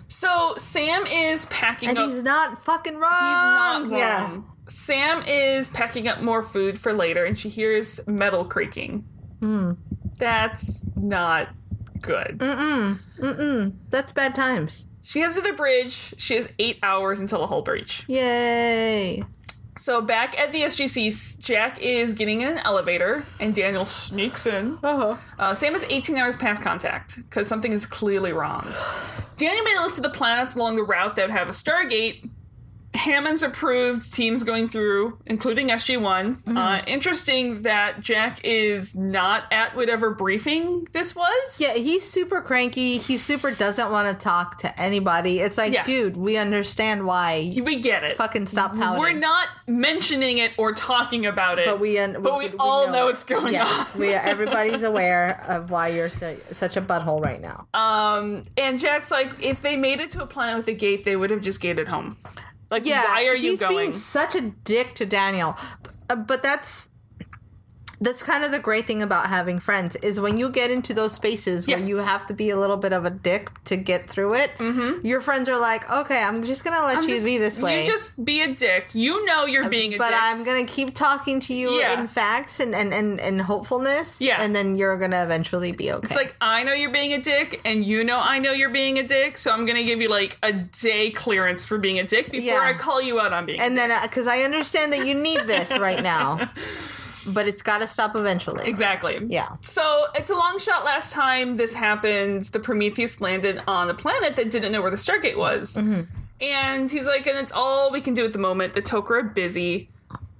Speaker 1: So Sam is packing
Speaker 2: And
Speaker 1: up.
Speaker 2: he's not fucking wrong.
Speaker 1: He's not wrong.
Speaker 2: Yeah.
Speaker 1: Sam is packing up more food for later, and she hears metal creaking.
Speaker 2: Hmm.
Speaker 1: That's not good.
Speaker 2: Mm. That's bad times.
Speaker 1: She heads to the bridge. She has eight hours until the hull breach.
Speaker 2: Yay.
Speaker 1: So back at the SGC, Jack is getting in an elevator, and Daniel sneaks in.
Speaker 2: Uh-huh.
Speaker 1: Uh, Sam is 18 hours past contact because something is clearly wrong. Daniel made a list of the planets along the route that would have a Stargate. Hammond's approved teams going through, including SG One.
Speaker 2: Mm-hmm.
Speaker 1: Uh, interesting that Jack is not at whatever briefing this was.
Speaker 2: Yeah, he's super cranky. He super doesn't want to talk to anybody. It's like,
Speaker 1: Yeah.
Speaker 2: dude, we understand why. You
Speaker 1: we get it.
Speaker 2: fucking stop pouting.
Speaker 1: We're not mentioning it or talking about it,
Speaker 2: But we, un-
Speaker 1: but we all know
Speaker 2: it.
Speaker 1: it's going on. <laughs>
Speaker 2: Yes, we everybody's aware of why you're so, such a butthole right now.
Speaker 1: Um, and Jack's like, if they made it to a planet with a gate, they would have just gated home. Like,
Speaker 2: yeah,
Speaker 1: why are you
Speaker 2: he's
Speaker 1: going?
Speaker 2: being such a dick to Daniel. Uh, But that's that's kind of the great thing about having friends is when you get into those spaces
Speaker 1: Yeah.
Speaker 2: where you have to be a little bit of a dick to get through it. Your friends are like, "Okay, I'm just gonna let
Speaker 1: Mm-hmm. I'm
Speaker 2: you
Speaker 1: just-
Speaker 2: be this way." Uh,
Speaker 1: You just be a dick. You know you're being a
Speaker 2: but
Speaker 1: dick.
Speaker 2: I'm gonna keep talking to you
Speaker 1: Yeah.
Speaker 2: in facts and, and, and, and hopefulness.
Speaker 1: Yeah.
Speaker 2: And then you're gonna eventually be okay.
Speaker 1: it's like I know you're being a dick, and you know I know you're being a dick. So I'm gonna give you like a day clearance for being a dick before
Speaker 2: Yeah.
Speaker 1: I call you out on being. a
Speaker 2: and
Speaker 1: dick.
Speaker 2: then because I understand that you need this right now, but it's got to stop eventually.
Speaker 1: exactly.
Speaker 2: Yeah.
Speaker 1: So it's a long shot. Last time this happened, the Prometheus landed on a planet that didn't know where the Stargate was.
Speaker 2: Mm-hmm.
Speaker 1: And he's like, and it's all we can do at the moment. The Toker are busy.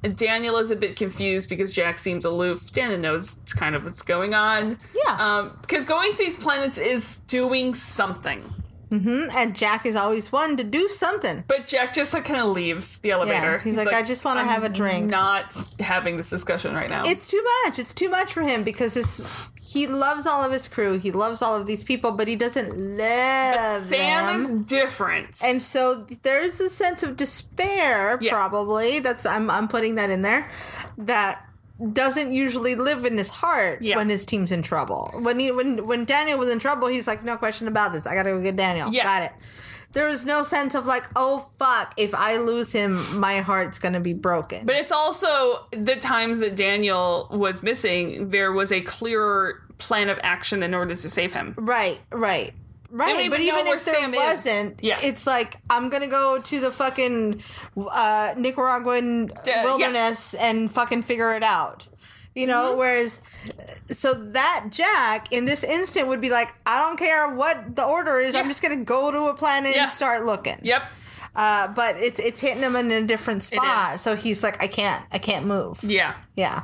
Speaker 1: And Daniel is a bit confused because Jack seems aloof. Daniel knows kind of what's going on. Um,
Speaker 2: Yeah.
Speaker 1: Because going to these planets is doing something.
Speaker 2: Hmm, And Jack is always one to do something.
Speaker 1: But Jack just like kind of leaves the elevator.
Speaker 2: he's like, "I just wanna
Speaker 1: "I'm
Speaker 2: have a drink."
Speaker 1: Not having this discussion right now.
Speaker 2: It's too much. It's too much for him because this he loves all of his crew. He loves all of these people, but he doesn't love
Speaker 1: Sam
Speaker 2: them.
Speaker 1: is different.
Speaker 2: and so there's a sense of despair,
Speaker 1: Yeah.
Speaker 2: probably. That's I'm I'm putting that in there. That doesn't usually live in his heart
Speaker 1: Yeah.
Speaker 2: when his team's in trouble. When he when when Daniel was in trouble, he's like, no question about this. I gotta go get Daniel.
Speaker 1: Yeah.
Speaker 2: Got it. There is no sense of like, oh fuck, if I lose him, my heart's gonna be broken.
Speaker 1: But it's also the times that Daniel was missing, there was a clearer plan of action in order to save him.
Speaker 2: Right, right. Right,
Speaker 1: don't
Speaker 2: but
Speaker 1: even know
Speaker 2: even
Speaker 1: where
Speaker 2: if there
Speaker 1: Sam is.
Speaker 2: wasn't,
Speaker 1: Yeah.
Speaker 2: it's like I'm gonna go to the fucking uh, Nicaraguan
Speaker 1: yeah.
Speaker 2: wilderness and fucking figure it out, you know.
Speaker 1: Mm-hmm.
Speaker 2: Whereas, so that Jack in this instant would be like, I don't care what the order is, I'm
Speaker 1: Yeah.
Speaker 2: just gonna go to a planet
Speaker 1: Yeah.
Speaker 2: and start looking.
Speaker 1: Yep.
Speaker 2: Uh, but it's it's hitting him in a different spot,
Speaker 1: is.
Speaker 2: so he's like, I can't, I can't move.
Speaker 1: Yeah.
Speaker 2: Yeah.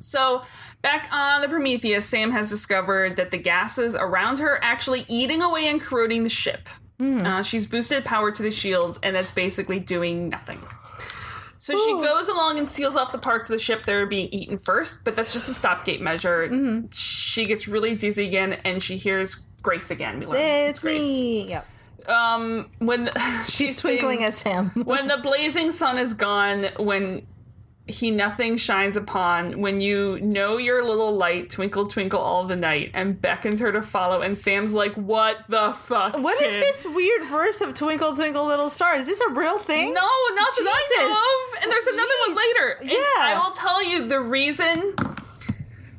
Speaker 1: So back on the Prometheus, Sam has discovered that the gases around her actually eating away and corroding the ship.
Speaker 2: Hmm.
Speaker 1: Uh, she's boosted power to the shield, and that's basically doing nothing. So she goes along and seals off the parts of the ship that are being eaten first, but that's just a stopgate measure.
Speaker 2: Mm-hmm.
Speaker 1: She gets really dizzy again, and she hears Grace again. We learn
Speaker 2: It's me. Yep.
Speaker 1: um when <laughs> the, she
Speaker 2: She's twinkling
Speaker 1: sings,
Speaker 2: at Sam. <laughs>
Speaker 1: when the blazing sun is gone when he nothing shines upon when you know your little light twinkle twinkle all the night and beckons her to follow and sam's like what the fuck
Speaker 2: What is
Speaker 1: kid?"
Speaker 2: this weird verse of Twinkle Twinkle Little Star? Is this a real thing?
Speaker 1: no not that
Speaker 2: Jesus.
Speaker 1: i know of and there's another one later And
Speaker 2: Yeah.
Speaker 1: i will tell you the reason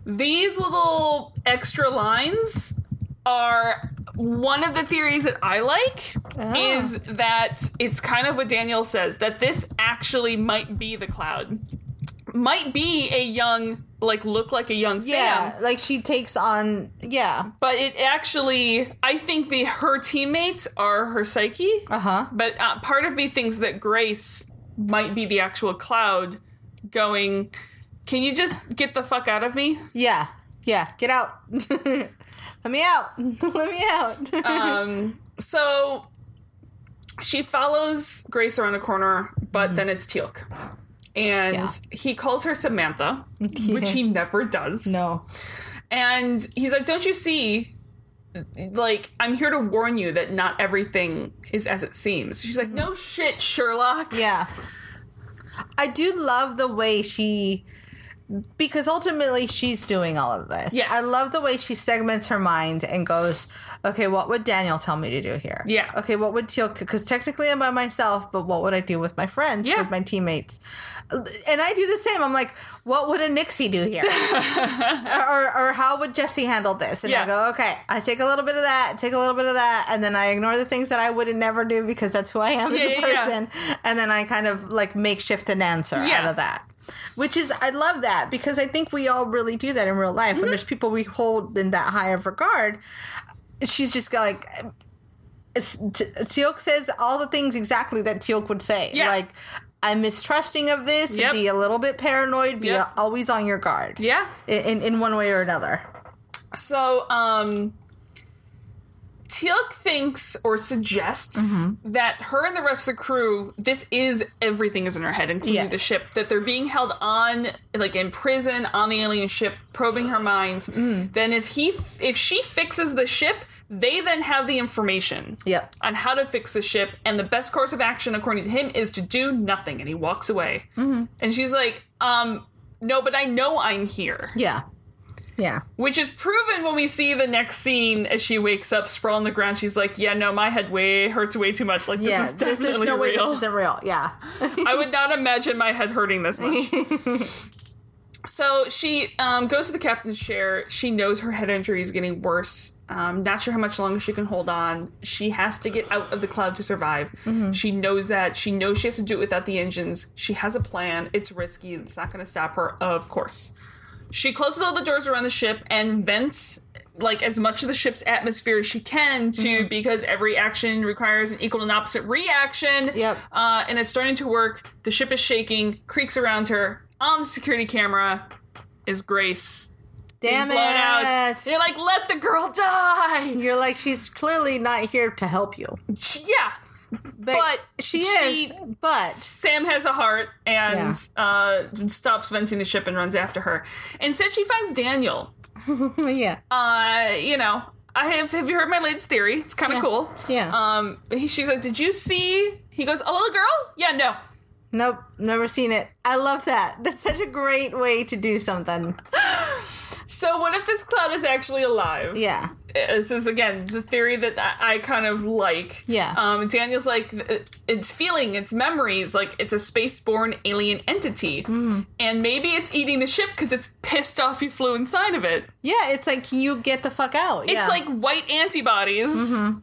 Speaker 1: these little extra lines are one of the theories that i like
Speaker 2: Ah.
Speaker 1: is that it's kind of what Daniel says that this actually might be the cloud, might be a young like look like a young Sam,
Speaker 2: Yeah, like she takes on yeah.
Speaker 1: but it actually I think the her teammates are her psyche,
Speaker 2: Uh huh.
Speaker 1: but uh, part of me thinks that Grace might be the actual cloud going. Can you just get the fuck out of me?
Speaker 2: Yeah. Yeah. Get out. <laughs> Let me out. <laughs> Let me out.
Speaker 1: Um, so she follows Grace around a corner, but then it's Teal'c. And
Speaker 2: Mm-hmm. Yeah.
Speaker 1: he calls her Samantha, which
Speaker 2: Yeah.
Speaker 1: he never does.
Speaker 2: <laughs> no.
Speaker 1: And he's like, Don't you see? Like, I'm here to warn you that not everything is as it seems. She's like, No shit, Sherlock.
Speaker 2: Yeah. I do love the way she because ultimately she's doing all of this.
Speaker 1: Yes.
Speaker 2: I love the way she segments her mind and goes, okay, what would Daniel tell me to do here?
Speaker 1: Yeah.
Speaker 2: Okay, what would Teal, because technically I'm by myself, but what would I do with my friends,
Speaker 1: Yeah.
Speaker 2: with my teammates? And I do the same. I'm like, what would a Nixie do
Speaker 1: <laughs>
Speaker 2: here? or, or how would Jesse handle this? And
Speaker 1: Yeah.
Speaker 2: I go, okay, I take a little bit of that, take a little bit of that, and then I ignore the things that I would never do because that's who I am as
Speaker 1: Yeah,
Speaker 2: a
Speaker 1: yeah, yeah.
Speaker 2: person. And then I kind of like makeshift an answer
Speaker 1: Yeah.
Speaker 2: out of that. Which is, I love that because I think we all really do that in real life.
Speaker 1: Mm-hmm.
Speaker 2: When there's people we hold in that high of regard, she's just got like, S- T- Teal'c says all the things exactly that Teal'c would say.
Speaker 1: Yeah.
Speaker 2: Like, I'm mistrusting of this,
Speaker 1: Yep.
Speaker 2: be a little bit paranoid, be
Speaker 1: Yep.
Speaker 2: always on your guard
Speaker 1: Yeah.
Speaker 2: in, in one way or another.
Speaker 1: So, um, Teal'c thinks or suggests that her and the rest of the crew, this is everything is in her head, including
Speaker 2: Yes.
Speaker 1: the ship, that they're being held on, like in prison on the alien ship, probing her mind. Then if he, if she fixes the ship, they then have the information
Speaker 2: Yep.
Speaker 1: on how to fix the ship, and the best course of action, according to him, is to do nothing. And he walks away. And she's like, um, no, but I know I'm here
Speaker 2: Yeah. Yeah.
Speaker 1: which is proven when we see the next scene as she wakes up, sprawl on the ground. She's like, "Yeah, no, my head way hurts way too much. Like
Speaker 2: Yeah.
Speaker 1: this is
Speaker 2: This-
Speaker 1: definitely
Speaker 2: there's no way
Speaker 1: real.
Speaker 2: this isn't real. Yeah.
Speaker 1: <laughs> I would not imagine my head hurting this much."
Speaker 2: <laughs>
Speaker 1: so she um, goes to the captain's chair. She knows her head injury is getting worse. Um, not sure how much longer she can hold on. She has to get out of the cloud to survive.
Speaker 2: Mm-hmm.
Speaker 1: She knows that. She knows she has to do it without the engines. She has a plan. It's risky. It's not going to stop her, of course. She closes all the doors around the ship and vents like as much of the ship's atmosphere as she can to
Speaker 2: Mm-hmm.
Speaker 1: because every action requires an equal and opposite reaction.
Speaker 2: Yep.
Speaker 1: Uh, and it's starting to work. The ship is shaking, creaks around her. On the security camera is Grace
Speaker 2: Damn
Speaker 1: blown out.
Speaker 2: it.
Speaker 1: You're like, let the girl die.
Speaker 2: <laughs> You're like, she's clearly not here to help you.
Speaker 1: Yeah. But
Speaker 2: she,
Speaker 1: she-
Speaker 2: is. But
Speaker 1: Sam has a heart and uh, stops venting the ship and runs after her. Instead, she finds Daniel.
Speaker 2: <laughs> yeah.
Speaker 1: Uh, you know, I have. Have you heard my latest theory? It's kind of
Speaker 2: Yeah.
Speaker 1: cool.
Speaker 2: Yeah.
Speaker 1: Um, he, she's like, "Did you see?" He goes, "A little girl?" Yeah, no.
Speaker 2: nope. Never seen it. I love that. <laughs> That's such a great way to do something.
Speaker 1: So what if this cloud is actually alive? Uh,
Speaker 2: Yeah.
Speaker 1: This is again the theory that I I kind of like.
Speaker 2: Yeah.
Speaker 1: Um, Daniel's like, "It- it's feeling, it's memories, like it's a spaceborne alien entity,
Speaker 2: Mm.
Speaker 1: and maybe it's eating the ship because it's pissed off you flew inside of it.
Speaker 2: Yeah. It's like, can you get the fuck out?
Speaker 1: It's like white antibodies.
Speaker 2: Mm-hmm.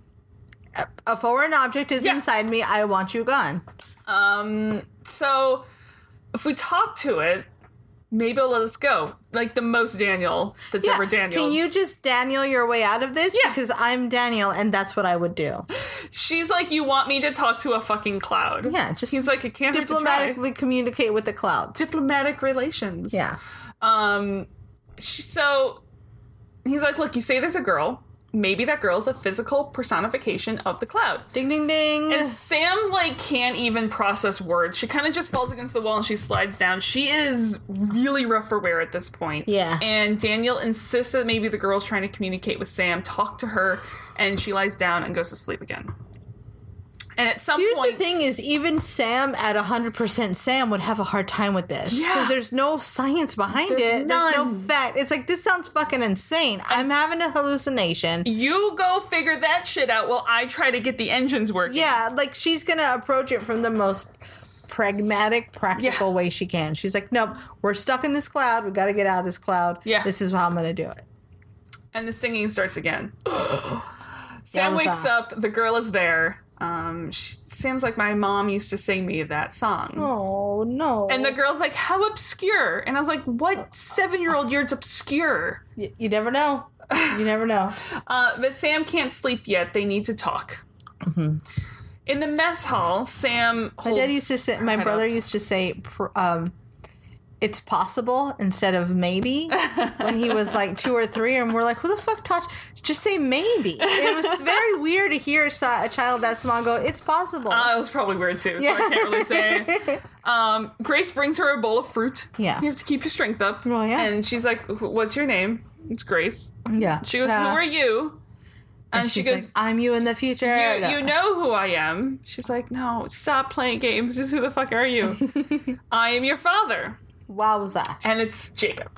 Speaker 2: a foreign object is
Speaker 1: Yeah.
Speaker 2: inside me. I want you gone.
Speaker 1: Um, so if we talk to it, maybe it'll let us go. Like the most Daniel that's ever Daniel.
Speaker 2: Can you just Daniel your way out of this?
Speaker 1: Yeah.
Speaker 2: Because I'm Daniel, and that's what I would do.
Speaker 1: She's like, you want me to talk to a fucking cloud?
Speaker 2: Yeah, just
Speaker 1: he's like, it can't hurt to try."
Speaker 2: Diplomatically communicate with the clouds.
Speaker 1: Diplomatic relations.
Speaker 2: yeah.
Speaker 1: Um, sh so he's like, look, you say there's a girl. Maybe that girl's a physical personification of the cloud.
Speaker 2: Ding ding ding.
Speaker 1: And Sam like can't even process words. She kind of just falls against the wall and she slides down. She is really rough for wear at this point.
Speaker 2: Yeah.
Speaker 1: And Daniel insists that maybe the girl's trying to communicate with Sam, talk to her, and she lies down and goes to sleep again. And at some
Speaker 2: Here's
Speaker 1: point,
Speaker 2: the thing: is even Sam at hundred percent, Sam would have a hard time with this
Speaker 1: Yeah.
Speaker 2: there's no science behind
Speaker 1: There's
Speaker 2: it. There's no
Speaker 1: none.
Speaker 2: fact. It's like this sounds fucking insane. I'm having a hallucination.
Speaker 1: you go figure that shit out while I try to get the engines working.
Speaker 2: Yeah, like she's gonna approach it from the most pragmatic, practical
Speaker 1: Yeah.
Speaker 2: way she can. She's like, nope, we're stuck in this cloud. We got to get out of this cloud.
Speaker 1: Yeah.
Speaker 2: this is how I'm gonna do it.
Speaker 1: and the singing starts
Speaker 2: <gasps>
Speaker 1: again. Sam
Speaker 2: Yowza.
Speaker 1: wakes up. The girl is there. Um, she, Sam's like, my mom used to sing me that song.
Speaker 2: Oh no!
Speaker 1: And the girl's like, how obscure? And I was like, what seven year old year's obscure?
Speaker 2: Y- you never know. You never <laughs> know.
Speaker 1: Uh, but Sam can't sleep yet. They need to talk. In the mess hall, Sam.
Speaker 2: Mm-hmm. My
Speaker 1: holds
Speaker 2: dad used to say.
Speaker 1: her
Speaker 2: My
Speaker 1: head
Speaker 2: brother
Speaker 1: up.
Speaker 2: used to say, pr- um, "It's possible" instead of maybe. when he was like two or three, and we're like, "Who the fuck taught?" you?" Just say maybe. It
Speaker 1: <laughs>
Speaker 2: was very weird to hear so- a child that small go, "It's possible."
Speaker 1: Uh, it was probably weird too, so I
Speaker 2: Yeah.
Speaker 1: can't really say. Um, Grace brings her a bowl of fruit.
Speaker 2: Yeah.
Speaker 1: You have to keep your strength up.
Speaker 2: Well, yeah.
Speaker 1: And she's like, "Wh- what's your name? It's Grace.
Speaker 2: yeah.
Speaker 1: She goes,
Speaker 2: Yeah.
Speaker 1: Who are you? And, she
Speaker 2: she's like,
Speaker 1: goes,
Speaker 2: "I'm you in the future."
Speaker 1: you, you know who I am. She's like, No, stop playing games. Just who the fuck are
Speaker 2: <laughs>
Speaker 1: you? I am your father.
Speaker 2: Wowza.
Speaker 1: And it's Jacob.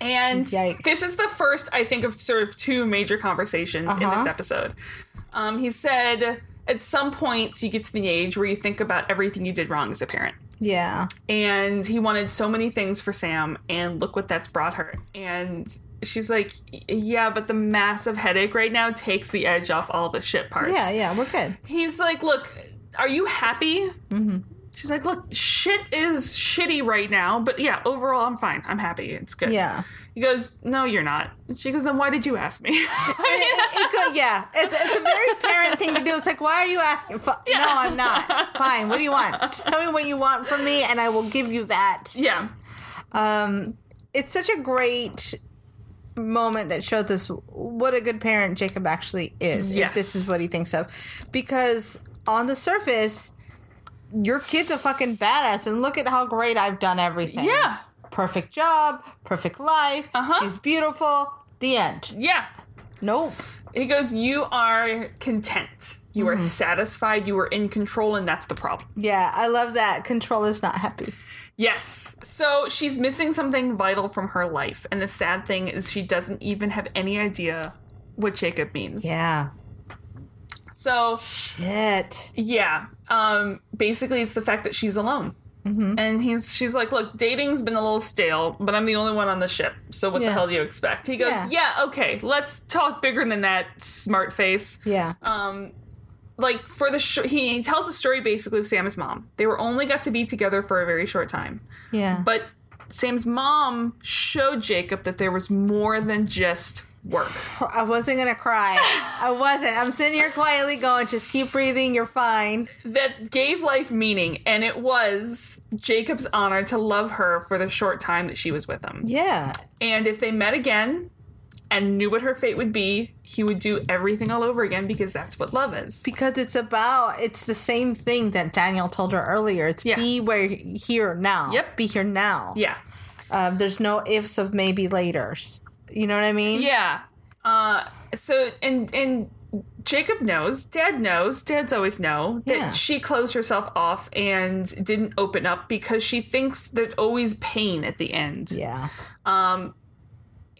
Speaker 1: And
Speaker 2: Yikes.
Speaker 1: this is the first, I think, of sort of two major conversations in this
Speaker 2: Uh-huh.
Speaker 1: episode. Um, he said, At some point, you get to the age where you think about everything you did wrong as a parent.
Speaker 2: Yeah.
Speaker 1: and he wanted so many things for Sam, and look what that's brought her. And she's like, Yeah, but the massive headache right now takes the edge off all the shit parts.
Speaker 2: Yeah, yeah, we're good.
Speaker 1: He's like, Look, are you happy? Mm-hmm. She's like, Look, shit is shitty right now, but yeah, overall, I'm fine. I'm happy. It's good.
Speaker 2: Yeah.
Speaker 1: He goes, No, you're not. And she goes, Then why did you ask me? <laughs> I mean,
Speaker 2: It could, yeah, it's, it's a very parent thing to do. It's like, why are you asking? Fu- No, I'm not. Fine. What do you want? Just tell me what you want from me, and I will give you that.
Speaker 1: yeah.
Speaker 2: Um, it's such a great moment that showed this what a good parent Jacob actually is.
Speaker 1: Yes.
Speaker 2: If this is what he thinks of, because on the surface, your kid's a fucking badass, and look at how great I've done everything.
Speaker 1: Yeah.
Speaker 2: perfect job, perfect life.
Speaker 1: Uh-huh.
Speaker 2: She's beautiful. The end.
Speaker 1: Yeah.
Speaker 2: Nope.
Speaker 1: He goes, You are content. You
Speaker 2: Mm-hmm.
Speaker 1: are satisfied. You are in control, and that's the problem.
Speaker 2: Yeah, I love that. Control is not happy.
Speaker 1: Yes. So she's missing something vital from her life. And the sad thing is, she doesn't even have any idea what Jacob means.
Speaker 2: Yeah.
Speaker 1: So,
Speaker 2: Shit.
Speaker 1: yeah. Um, basically, it's the fact that she's alone.
Speaker 2: Mm-hmm.
Speaker 1: And he's she's like, Look, dating's been a little stale, but I'm the only one on the ship. So what the
Speaker 2: Yeah.
Speaker 1: hell do you expect? He goes,
Speaker 2: Yeah.
Speaker 1: yeah. okay. Let's talk bigger than that, smart face.
Speaker 2: Yeah.
Speaker 1: um like for the sh- he tells a story basically of Sam's mom. They were only got to be together for a very short time,
Speaker 2: yeah.
Speaker 1: but Sam's mom showed Jacob that there was more than just work.
Speaker 2: I wasn't gonna cry. I wasn't. I'm sitting here quietly going, just keep breathing. You're fine.
Speaker 1: That gave life meaning, and it was Jacob's honor to love her for the short time that she was with him.
Speaker 2: Yeah.
Speaker 1: And if they met again and knew what her fate would be, he would do everything all over again because that's what love is.
Speaker 2: Because it's about it's the same thing that Daniel told her earlier. It's
Speaker 1: Yeah.
Speaker 2: be where here now.
Speaker 1: Yep.
Speaker 2: Be here now.
Speaker 1: Yeah.
Speaker 2: Um, there's no ifs of maybe later's. You know what I mean?
Speaker 1: Yeah. Uh, so and and Jacob knows, Dad knows, Dad's always know that
Speaker 2: Yeah.
Speaker 1: she closed herself off and didn't open up because she thinks there's always pain at the end.
Speaker 2: Yeah.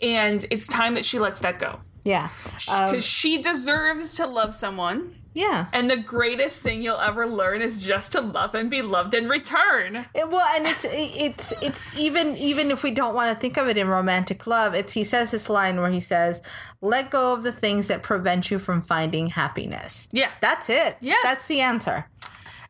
Speaker 1: And it's time that she lets that go.
Speaker 2: Yeah.
Speaker 1: Because
Speaker 2: Um,
Speaker 1: she deserves to love someone.
Speaker 2: yeah.
Speaker 1: And the greatest thing you'll ever learn is just to love and be loved in return.
Speaker 2: It- well, and it's it's it's even even if we don't want to think of it in romantic love, it's he says this line where he says, "Let go of the things that prevent you from finding happiness."
Speaker 1: Yeah.
Speaker 2: That's it.
Speaker 1: Yeah.
Speaker 2: That's the answer.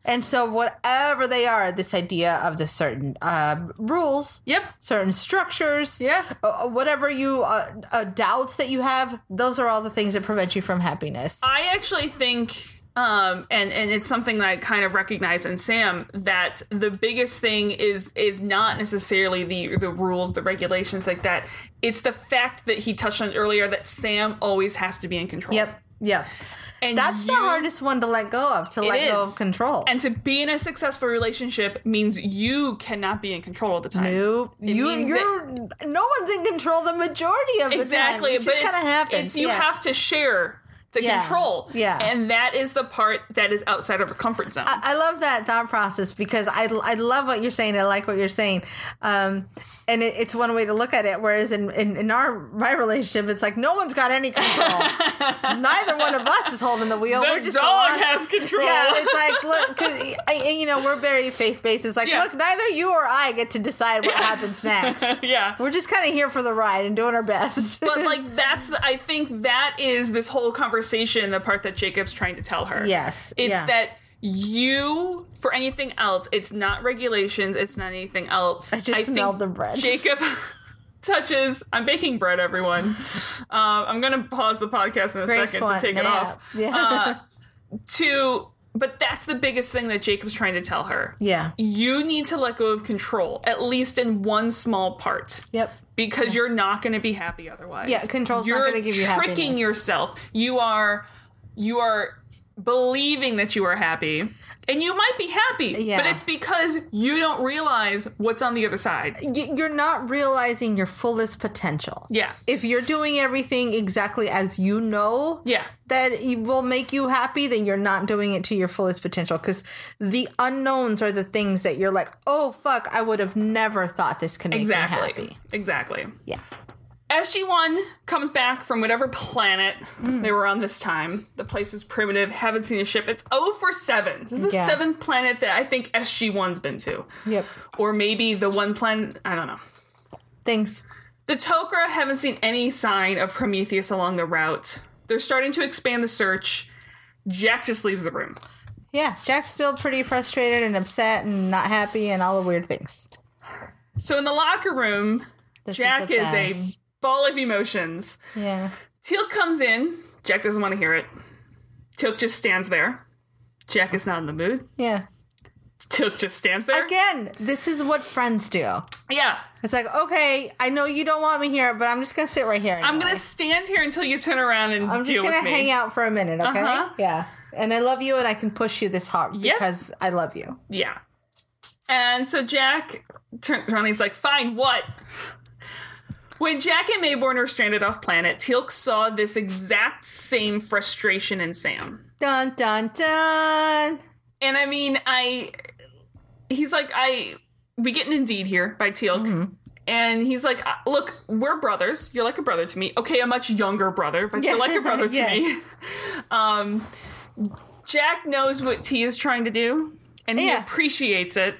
Speaker 2: And so, whatever they are, this idea of the certain uh, rules,
Speaker 1: Yep.
Speaker 2: certain structures,
Speaker 1: Yeah.
Speaker 2: uh, whatever you uh, uh, doubts that you have, those are all the things that prevent you from happiness.
Speaker 1: I actually think, um, and and it's something that I kind of recognize in Sam that the biggest thing is is not necessarily the the rules, the regulations like that. It's the fact that he touched on earlier that Sam always has to be in control.
Speaker 2: Yep. Yep.
Speaker 1: and
Speaker 2: That's the
Speaker 1: you-
Speaker 2: hardest one to let go of, to
Speaker 1: It
Speaker 2: let go
Speaker 1: is.
Speaker 2: of control.
Speaker 1: And to be in a successful relationship means you cannot be in control all the time.
Speaker 2: Nope.
Speaker 1: It
Speaker 2: you,
Speaker 1: means that-
Speaker 2: you're, no one's in control the majority of the
Speaker 1: exactly
Speaker 2: time.
Speaker 1: but
Speaker 2: It just
Speaker 1: it's,
Speaker 2: kinda happens.
Speaker 1: it's you
Speaker 2: Yeah.
Speaker 1: have to share the
Speaker 2: Yeah.
Speaker 1: control
Speaker 2: Yeah.
Speaker 1: and that is the part that is outside of her comfort zone
Speaker 2: I love that thought process because I, I love what you're saying. I like what you're saying. Um, and it, it's one way to look at it. Whereas in, in, in our my relationship, it's like no one's got
Speaker 1: <laughs>
Speaker 2: any control. Neither one of us is holding the wheel.
Speaker 1: the
Speaker 2: we're just
Speaker 1: dog
Speaker 2: along-
Speaker 1: has control
Speaker 2: Yeah,
Speaker 1: <laughs>
Speaker 2: it's like look, 'cause I, and, you know we're very faith based. It's like
Speaker 1: Yeah.
Speaker 2: look, neither you or I get to decide what happens next.
Speaker 1: <laughs> yeah
Speaker 2: We're just kind of here for the ride and doing our
Speaker 1: <laughs>
Speaker 2: best.
Speaker 1: but like that's the i think that is this whole conversation the part that jacob's trying to tell her
Speaker 2: Yes,
Speaker 1: it's
Speaker 2: yeah.
Speaker 1: that you for anything else it's not regulations it's not anything else i
Speaker 2: just smelled the bread.
Speaker 1: jacob <laughs> touches i'm baking bread everyone um, i'm gonna pause the podcast in a
Speaker 2: Grace
Speaker 1: second to
Speaker 2: want
Speaker 1: take it
Speaker 2: nap.
Speaker 1: off Uh,
Speaker 2: Yeah.
Speaker 1: to but that's the biggest thing that jacob's trying to tell her
Speaker 2: <laughs> yeah.
Speaker 1: you need to let go of control at least in one small part
Speaker 2: Yep.
Speaker 1: because you're not going to be happy otherwise.
Speaker 2: Yeah, control's not gonna give you
Speaker 1: You're
Speaker 2: happiness.
Speaker 1: tricking yourself. You are, you are believing that you are happy, and you might be happy,
Speaker 2: Yeah.
Speaker 1: but it's because you don't realize what's on the other side.
Speaker 2: Y- You're not realizing your fullest potential.
Speaker 1: Yeah,
Speaker 2: if you're doing everything exactly as you know
Speaker 1: yeah,
Speaker 2: that it will make you happy then you're not doing it to your fullest potential because the unknowns are the things that you're like oh fuck i would have never thought this could make
Speaker 1: exactly,
Speaker 2: me happy
Speaker 1: exactly.
Speaker 2: yeah
Speaker 1: SG One comes back from whatever planet
Speaker 2: Mm.
Speaker 1: they were on this time. The place is primitive. Haven't seen a ship. It's 0 for seven. This is the
Speaker 2: Yeah.
Speaker 1: seventh planet that I think SG One's been to,
Speaker 2: yep
Speaker 1: or maybe the one planet. I don't know.
Speaker 2: things
Speaker 1: The Tok'ra haven't seen any sign of Prometheus along the route. They're starting to expand the search. Jack just leaves the room.
Speaker 2: yeah jack's still pretty frustrated and upset and not happy and all the weird things
Speaker 1: So in the locker room,
Speaker 2: This
Speaker 1: Jack
Speaker 2: the
Speaker 1: is,
Speaker 2: best.
Speaker 1: a ball of emotions.
Speaker 2: yeah
Speaker 1: Teal comes in. Jack doesn't want to hear it. Teal just stands there. Jack is not in the mood.
Speaker 2: yeah
Speaker 1: Teal just stands there.
Speaker 2: again this is what friends do
Speaker 1: Yeah.
Speaker 2: it's like okay i know you don't want me here but i'm just gonna sit right here
Speaker 1: I'm
Speaker 2: anyway.
Speaker 1: going to stand here until you turn around and
Speaker 2: I'm just
Speaker 1: deal
Speaker 2: gonna
Speaker 1: with me.
Speaker 2: hang out for a minute, okay?
Speaker 1: Uh-huh.
Speaker 2: Yeah. And I love you, and I can push you this hard
Speaker 1: Yep.
Speaker 2: because I love you.
Speaker 1: Yeah. And so Jack turns around and he's like, fine, what? When Jack and Mayborn were stranded off planet, Teal'c saw this exact same frustration in Sam.
Speaker 2: Dun dun
Speaker 1: <laughs>
Speaker 2: dun.
Speaker 1: And I mean, I. He's like, I. We get an indeed here by Teal'c.
Speaker 2: Mm-hmm.
Speaker 1: And he's like, "Uh, look, we're brothers. You're like a brother to me. Okay, a much younger brother, but you're
Speaker 2: Yeah.
Speaker 1: like a
Speaker 2: <laughs>
Speaker 1: brother to
Speaker 2: Yeah.
Speaker 1: me. <laughs> um, Jack knows what T is trying to do, and he
Speaker 2: Yeah.
Speaker 1: appreciates it.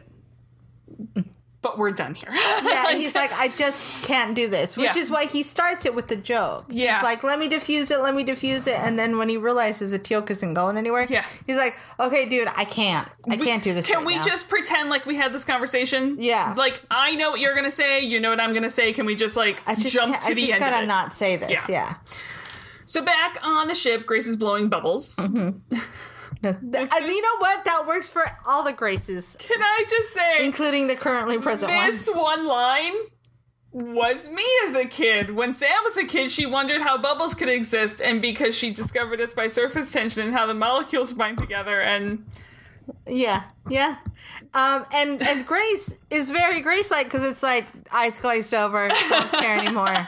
Speaker 1: but we're done here.
Speaker 2: Yeah, he's like, I just can't do this, which
Speaker 1: Yeah.
Speaker 2: is why he starts it with the joke.
Speaker 1: Yeah.
Speaker 2: He's like, let me diffuse it, let me diffuse it. And then when he realizes that Teal'c isn't going anywhere,
Speaker 1: Yeah.
Speaker 2: he's like, okay, dude, I can't. I can't do this.
Speaker 1: Can
Speaker 2: right
Speaker 1: we
Speaker 2: now."
Speaker 1: just pretend like we had this conversation?
Speaker 2: Yeah.
Speaker 1: Like I know what you're gonna say. You know what I'm gonna say. Can we just like
Speaker 2: I just
Speaker 1: jump
Speaker 2: can't-
Speaker 1: to
Speaker 2: I
Speaker 1: the
Speaker 2: just
Speaker 1: end?
Speaker 2: gotta
Speaker 1: of it?
Speaker 2: not say this.
Speaker 1: Yeah.
Speaker 2: Yeah.
Speaker 1: So back on the ship, Grace is blowing bubbles.
Speaker 2: Mm-hmm. That's- and
Speaker 1: is-
Speaker 2: you know what? That works for all the graces,
Speaker 1: Can I just say
Speaker 2: including the currently present one.
Speaker 1: this one line was me as a kid. When Sam was a kid, she wondered how bubbles could exist, and because she discovered it's by surface tension and how the molecules bind together, and
Speaker 2: Yeah, yeah. Um, and and Grace is very Grace like because it's like eyes glazed over, don't care anymore.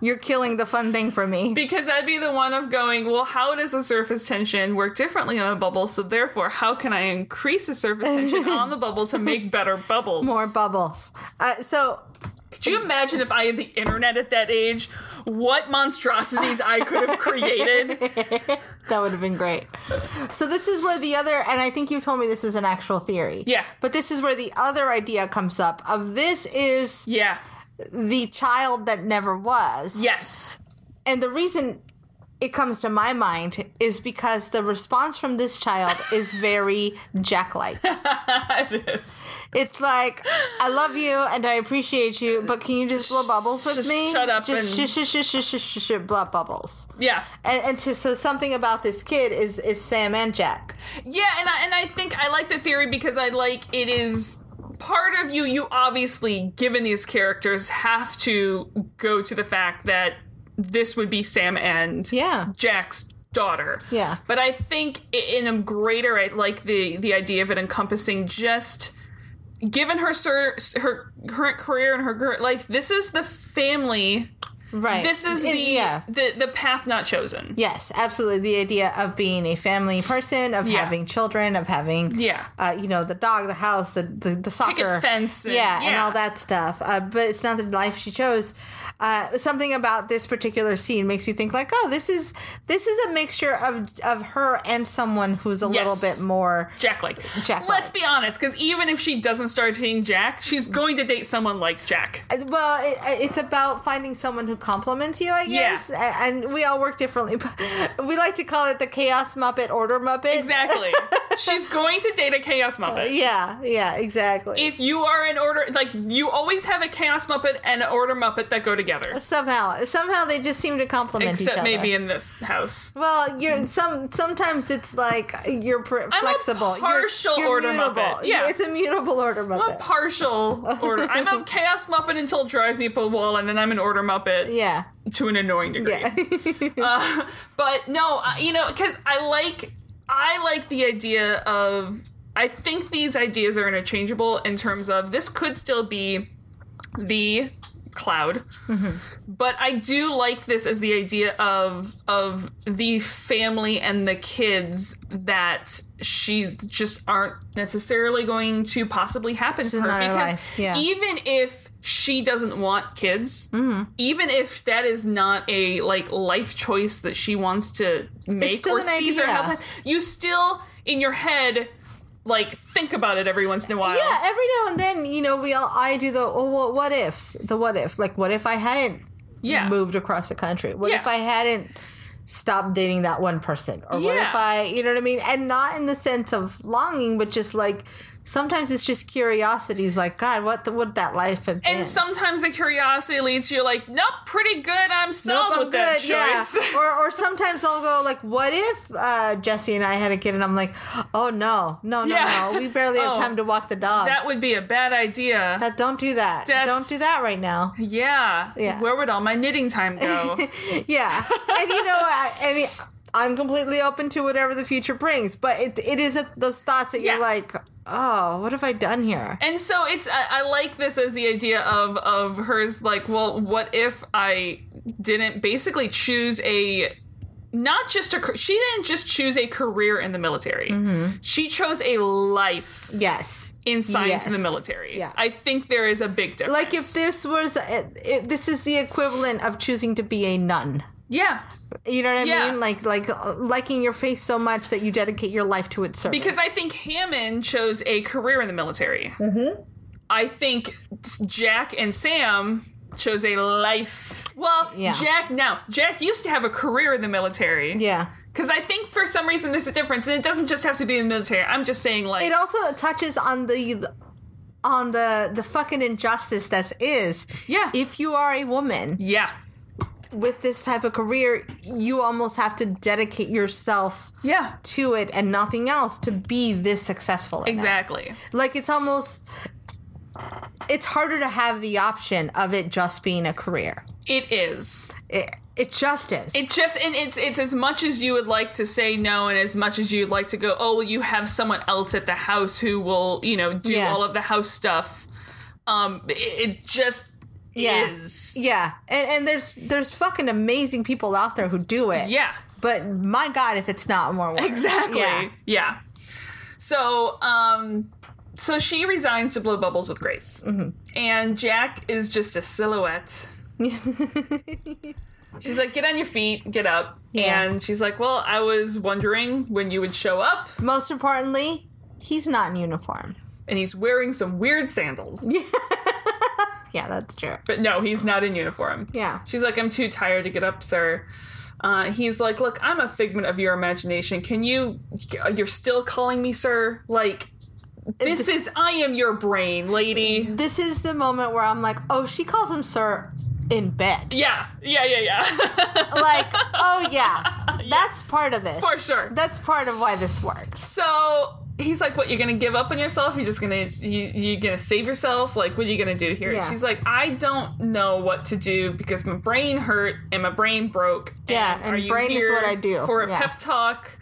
Speaker 2: You're killing the fun thing for me.
Speaker 1: because I'd be the one of going, well, how does a surface tension work differently on a bubble? So therefore, how can I increase the surface tension on the bubble to make better bubbles?
Speaker 2: More bubbles. Uh, so
Speaker 1: Could you imagine if I had the internet at that age? What monstrosities I could have created?
Speaker 2: that would have been great. So this is where the other, and I think you told me this is an actual theory.
Speaker 1: Yeah.
Speaker 2: But this is where the other idea comes up. Of this is
Speaker 1: Yeah.
Speaker 2: the child that never was.
Speaker 1: Yes. <laughs>
Speaker 2: And the reason it comes to my mind is because the response from this child is very Jack like.
Speaker 1: it is.
Speaker 2: It's like I love you and I appreciate you, but can you just blow bubbles with
Speaker 1: Just
Speaker 2: me?
Speaker 1: shut up
Speaker 2: Just
Speaker 1: and-
Speaker 2: shh shh shh shh shh shh shh blow bubbles.
Speaker 1: Yeah.
Speaker 2: And, and to, so something about this kid is is Sam and Jack.
Speaker 1: Yeah, and I, and I think I like the theory because I like it is part of you. You obviously, given these characters, have to go to the fact that this would be Sam and
Speaker 2: Yeah.
Speaker 1: Jack's daughter.
Speaker 2: Yeah.
Speaker 1: But I think i- in a greater, I like the the idea of it encompassing just given her sir, her current career and her current life. This is the family.
Speaker 2: Right.
Speaker 1: This is
Speaker 2: It-
Speaker 1: the
Speaker 2: yeah.
Speaker 1: the the path not chosen.
Speaker 2: Yes, absolutely. The idea of being a family person, of
Speaker 1: Yeah.
Speaker 2: having children, of having
Speaker 1: Yeah.
Speaker 2: uh, you know, the dog, the house, the the, the
Speaker 1: Picket
Speaker 2: soccer
Speaker 1: fence and-
Speaker 2: yeah, and
Speaker 1: yeah.
Speaker 2: all that stuff. Uh, but it's not the life she chose. Uh, something about this particular scene makes me think like, oh, this is this is a mixture of of her and someone who's a
Speaker 1: Yes.
Speaker 2: little bit more.
Speaker 1: Jack like.
Speaker 2: Jack-like.
Speaker 1: Let's be honest, because even if she doesn't start dating Jack, she's going to date someone like Jack.
Speaker 2: Well, it, it's about finding someone who compliments you, I
Speaker 1: Yeah.
Speaker 2: guess. A- And we all work differently, but <laughs> we like to call it the chaos muppet order muppet. <laughs>
Speaker 1: Exactly. she's going to date a Chaos Muppet.
Speaker 2: Oh, Yeah, yeah, exactly.
Speaker 1: If you are an order, like you always have a Chaos Muppet and an Order Muppet that go together.
Speaker 2: somehow, somehow they just seem to complement each
Speaker 1: Except
Speaker 2: other.
Speaker 1: maybe in this house.
Speaker 2: Well, you're some. Sometimes it's like you're pr-
Speaker 1: a
Speaker 2: flexible.
Speaker 1: partial
Speaker 2: you're, you're
Speaker 1: order
Speaker 2: mutable.
Speaker 1: Muppet. Yeah.
Speaker 2: it's a mutable order
Speaker 1: I'm a
Speaker 2: muppet.
Speaker 1: partial order. I'm a Chaos Muppet until Drive Me Up a Wall, and then I'm an Order Muppet
Speaker 2: yeah,
Speaker 1: to an annoying degree.
Speaker 2: yeah, <laughs>
Speaker 1: Uh-huh. but no I- you know because i like i like the idea of i think these ideas are interchangeable in terms of this could still be the cloud
Speaker 2: Mm-hmm.
Speaker 1: but i do like this as the idea of of the family and the kids that she's just aren't necessarily going to possibly happen to her
Speaker 2: not in her
Speaker 1: because
Speaker 2: life, yeah.
Speaker 1: even if she doesn't want kids even if that is not a like life choice that she wants to make
Speaker 2: still
Speaker 1: or
Speaker 2: an
Speaker 1: sees or
Speaker 2: idea.
Speaker 1: have you still in your head like think about it every once in a while
Speaker 2: yeah. Every now and then, you know, we all I do the oh, what, what ifs, the what if, like what if I hadn't
Speaker 1: yeah
Speaker 2: moved across the country? What
Speaker 1: Yeah.
Speaker 2: if I hadn't stopped dating that one person? Or what
Speaker 1: Yeah.
Speaker 2: if I, you know what I mean? And not in the sense of longing, but just like sometimes it's just curiosities. Like God, what the, would that life have been?
Speaker 1: and sometimes the curiosity leads you like nope pretty good i'm
Speaker 2: Nope,
Speaker 1: sold
Speaker 2: I'm
Speaker 1: with that
Speaker 2: good, yeah.
Speaker 1: choice <laughs>
Speaker 2: or, or sometimes I'll go like, "What if uh, Jesse and I had a kid?" And I'm like, "Oh no, no, no,
Speaker 1: Yeah.
Speaker 2: no! We barely
Speaker 1: <laughs>
Speaker 2: have
Speaker 1: Oh.
Speaker 2: time to walk the dog.
Speaker 1: that would be a bad idea
Speaker 2: That- don't do that.
Speaker 1: That's-
Speaker 2: Don't do that right
Speaker 1: <laughs>
Speaker 2: now."
Speaker 1: yeah.
Speaker 2: Yeah.
Speaker 1: where would all my knitting time
Speaker 2: <laughs>
Speaker 1: go
Speaker 2: yeah, and you know, I, I mean, I'm completely open to whatever the future brings, but it it is a, those thoughts that
Speaker 1: Yeah.
Speaker 2: you're like, "Oh, what have I done here?"
Speaker 1: and so it's I, I like this as the idea of of hers like well what if i didn't basically choose a not just a ca- she didn't just choose a career in the military
Speaker 2: Mm-hmm.
Speaker 1: she chose a life
Speaker 2: Yes,
Speaker 1: in science in the
Speaker 2: Yes.
Speaker 1: military
Speaker 2: Yeah.
Speaker 1: i think there is a big difference
Speaker 2: like if this was it, this is the equivalent of choosing to be a nun.
Speaker 1: yeah
Speaker 2: You know what I
Speaker 1: Yeah.
Speaker 2: mean? Like like uh, liking your faith so much that you dedicate your life to its service. Mm-hmm.
Speaker 1: because i think hammond chose a career in the military I think Jack and Sam chose a life. Well,
Speaker 2: Yeah.
Speaker 1: Jack now Jack used to have a career in the military.
Speaker 2: Yeah.
Speaker 1: Because I think for some reason there's a difference, and it doesn't just have to be in the military. I'm just saying, like,
Speaker 2: It also touches on the on the the fucking injustice that is.
Speaker 1: Yeah.
Speaker 2: If you are a woman
Speaker 1: yeah,
Speaker 2: with this type of career, you almost have to dedicate yourself
Speaker 1: yeah,
Speaker 2: to it and nothing else to be this successful. in that.
Speaker 1: exactly.
Speaker 2: Like it's almost it's harder to have the option of it just being a career.
Speaker 1: It is.
Speaker 2: It it just is.
Speaker 1: It just and it's it's as much as you would like to say no, and as much as you'd like to go, oh, well, you have someone else at the house who will, you know, do
Speaker 2: Yeah.
Speaker 1: all of the house stuff. Um, it, it just
Speaker 2: Yeah.
Speaker 1: is.
Speaker 2: yeah. And and there's there's fucking amazing people out there who do it.
Speaker 1: Yeah,
Speaker 2: But my god if it's not more
Speaker 1: <laughs>
Speaker 2: work.
Speaker 1: exactly.
Speaker 2: Yeah.
Speaker 1: Yeah. So, um, so she resigns to blow bubbles with Grace,
Speaker 2: Mm-hmm.
Speaker 1: and Jack is just a
Speaker 2: <laughs>
Speaker 1: silhouette. she's like, "Get on your feet, get up."
Speaker 2: Yeah.
Speaker 1: And she's like, "Well, I was wondering when you would show up."
Speaker 2: Most importantly, he's not in uniform.
Speaker 1: and he's wearing some weird sandals.
Speaker 2: Yeah, that's true.
Speaker 1: But no, he's not in uniform.
Speaker 2: Yeah.
Speaker 1: She's like, I'm too tired to get up, sir. Uh, he's like, Look, I'm a figment of your imagination. Can you, you're still calling me sir? Like, this is, I am your brain, lady.
Speaker 2: This is the moment where I'm like, "Oh, she calls him sir
Speaker 1: <laughs>
Speaker 2: in bed."
Speaker 1: Yeah, yeah, yeah, yeah. <laughs>
Speaker 2: Like, "Oh yeah. That's part of this."
Speaker 1: For sure.
Speaker 2: That's part of why this works.
Speaker 1: so he's like, What, you're gonna give up on yourself? You're just gonna, you, you're gonna save yourself? Like, what are you gonna do here?
Speaker 2: Yeah.
Speaker 1: She's like, I don't know what to do because my brain hurt and my brain broke.
Speaker 2: Yeah, and
Speaker 1: are you
Speaker 2: brain is
Speaker 1: here
Speaker 2: what I do.
Speaker 1: for a
Speaker 2: Yeah.
Speaker 1: pep talk.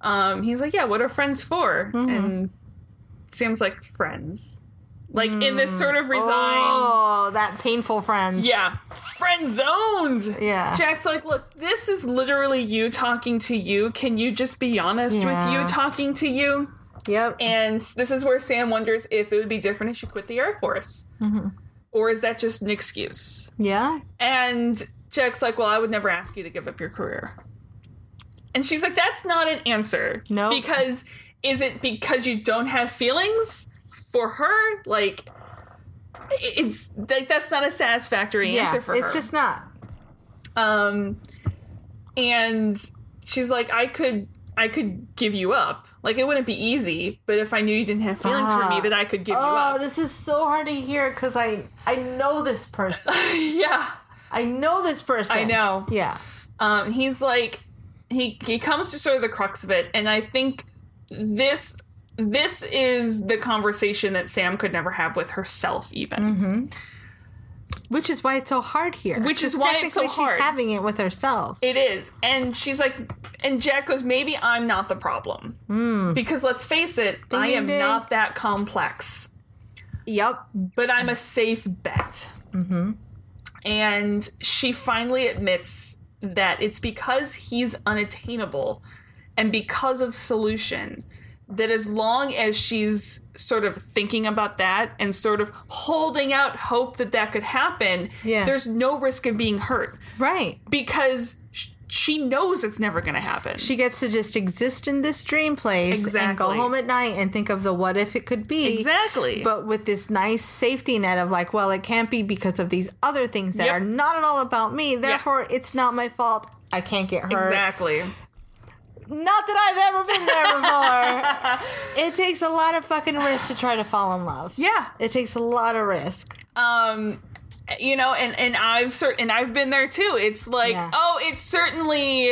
Speaker 1: Um, he's like, yeah, what are friends for?
Speaker 2: Mm-hmm.
Speaker 1: And Sam's like, friends, like in this sort of resigned,
Speaker 2: Mm. Oh, that painful friends.
Speaker 1: yeah, friend zoned.
Speaker 2: Yeah.
Speaker 1: Jack's like, look, this is literally you talking to you. Can you just be honest
Speaker 2: Yeah.
Speaker 1: with you talking to you?
Speaker 2: Yep.
Speaker 1: And this is where Sam wonders if it would be different if she quit the Air Force,
Speaker 2: Mm-hmm.
Speaker 1: or is that just an excuse?
Speaker 2: yeah.
Speaker 1: And Jack's like, Well, I would never ask you to give up your career. And she's like, That's not an answer.
Speaker 2: No.
Speaker 1: Because is it because you don't have feelings for her? Like, it's like that's not a satisfactory
Speaker 2: Yeah.
Speaker 1: answer for her.
Speaker 2: it's just not.
Speaker 1: um, and she's like, I could, I could give you up. Like, it wouldn't be easy, but if I knew you didn't have feelings for me,
Speaker 2: Fuck.
Speaker 1: that I could give you
Speaker 2: Oh,
Speaker 1: up.
Speaker 2: this is so hard to hear because I I know this person.
Speaker 1: <laughs> yeah,
Speaker 2: I know this person.
Speaker 1: I know.
Speaker 2: Yeah.
Speaker 1: um, he's like he he comes to sort of the crux of it and i think this this is the conversation that sam could never have with herself even
Speaker 2: Mm-hmm. Which is why it's so hard here.
Speaker 1: Which is
Speaker 2: 'Cause
Speaker 1: why it's so
Speaker 2: technically
Speaker 1: hard.
Speaker 2: She's having it with herself.
Speaker 1: it is and she's like and jack goes maybe i'm not the problem because let's face it i
Speaker 2: Hmm. ding,
Speaker 1: am
Speaker 2: ding.
Speaker 1: not that complex
Speaker 2: yep.
Speaker 1: but i'm a safe bet
Speaker 2: Mm-hmm.
Speaker 1: and she finally admits that it's because he's unattainable and because of solution that as long as she's sort of thinking about that and sort of holding out hope that that could happen
Speaker 2: Yeah.
Speaker 1: there's no risk of being hurt
Speaker 2: Right.
Speaker 1: because sh- she knows it's never going to happen
Speaker 2: She gets to just exist in this dream place and go
Speaker 1: Exactly.
Speaker 2: home at night and think of the what if it could be.
Speaker 1: exactly
Speaker 2: But with this nice safety net of like, well, it can't be because of these other things that
Speaker 1: Yep.
Speaker 2: are not at all about me. Therefore, it's not my fault. I can't get hurt.
Speaker 1: exactly <laughs>
Speaker 2: Not that I've ever been there before. it takes a lot of fucking risk to try to fall in love.
Speaker 1: yeah
Speaker 2: It takes a lot of risk.
Speaker 1: um you know and and i've cer- and i've been there too it's like
Speaker 2: Yeah.
Speaker 1: oh it's certainly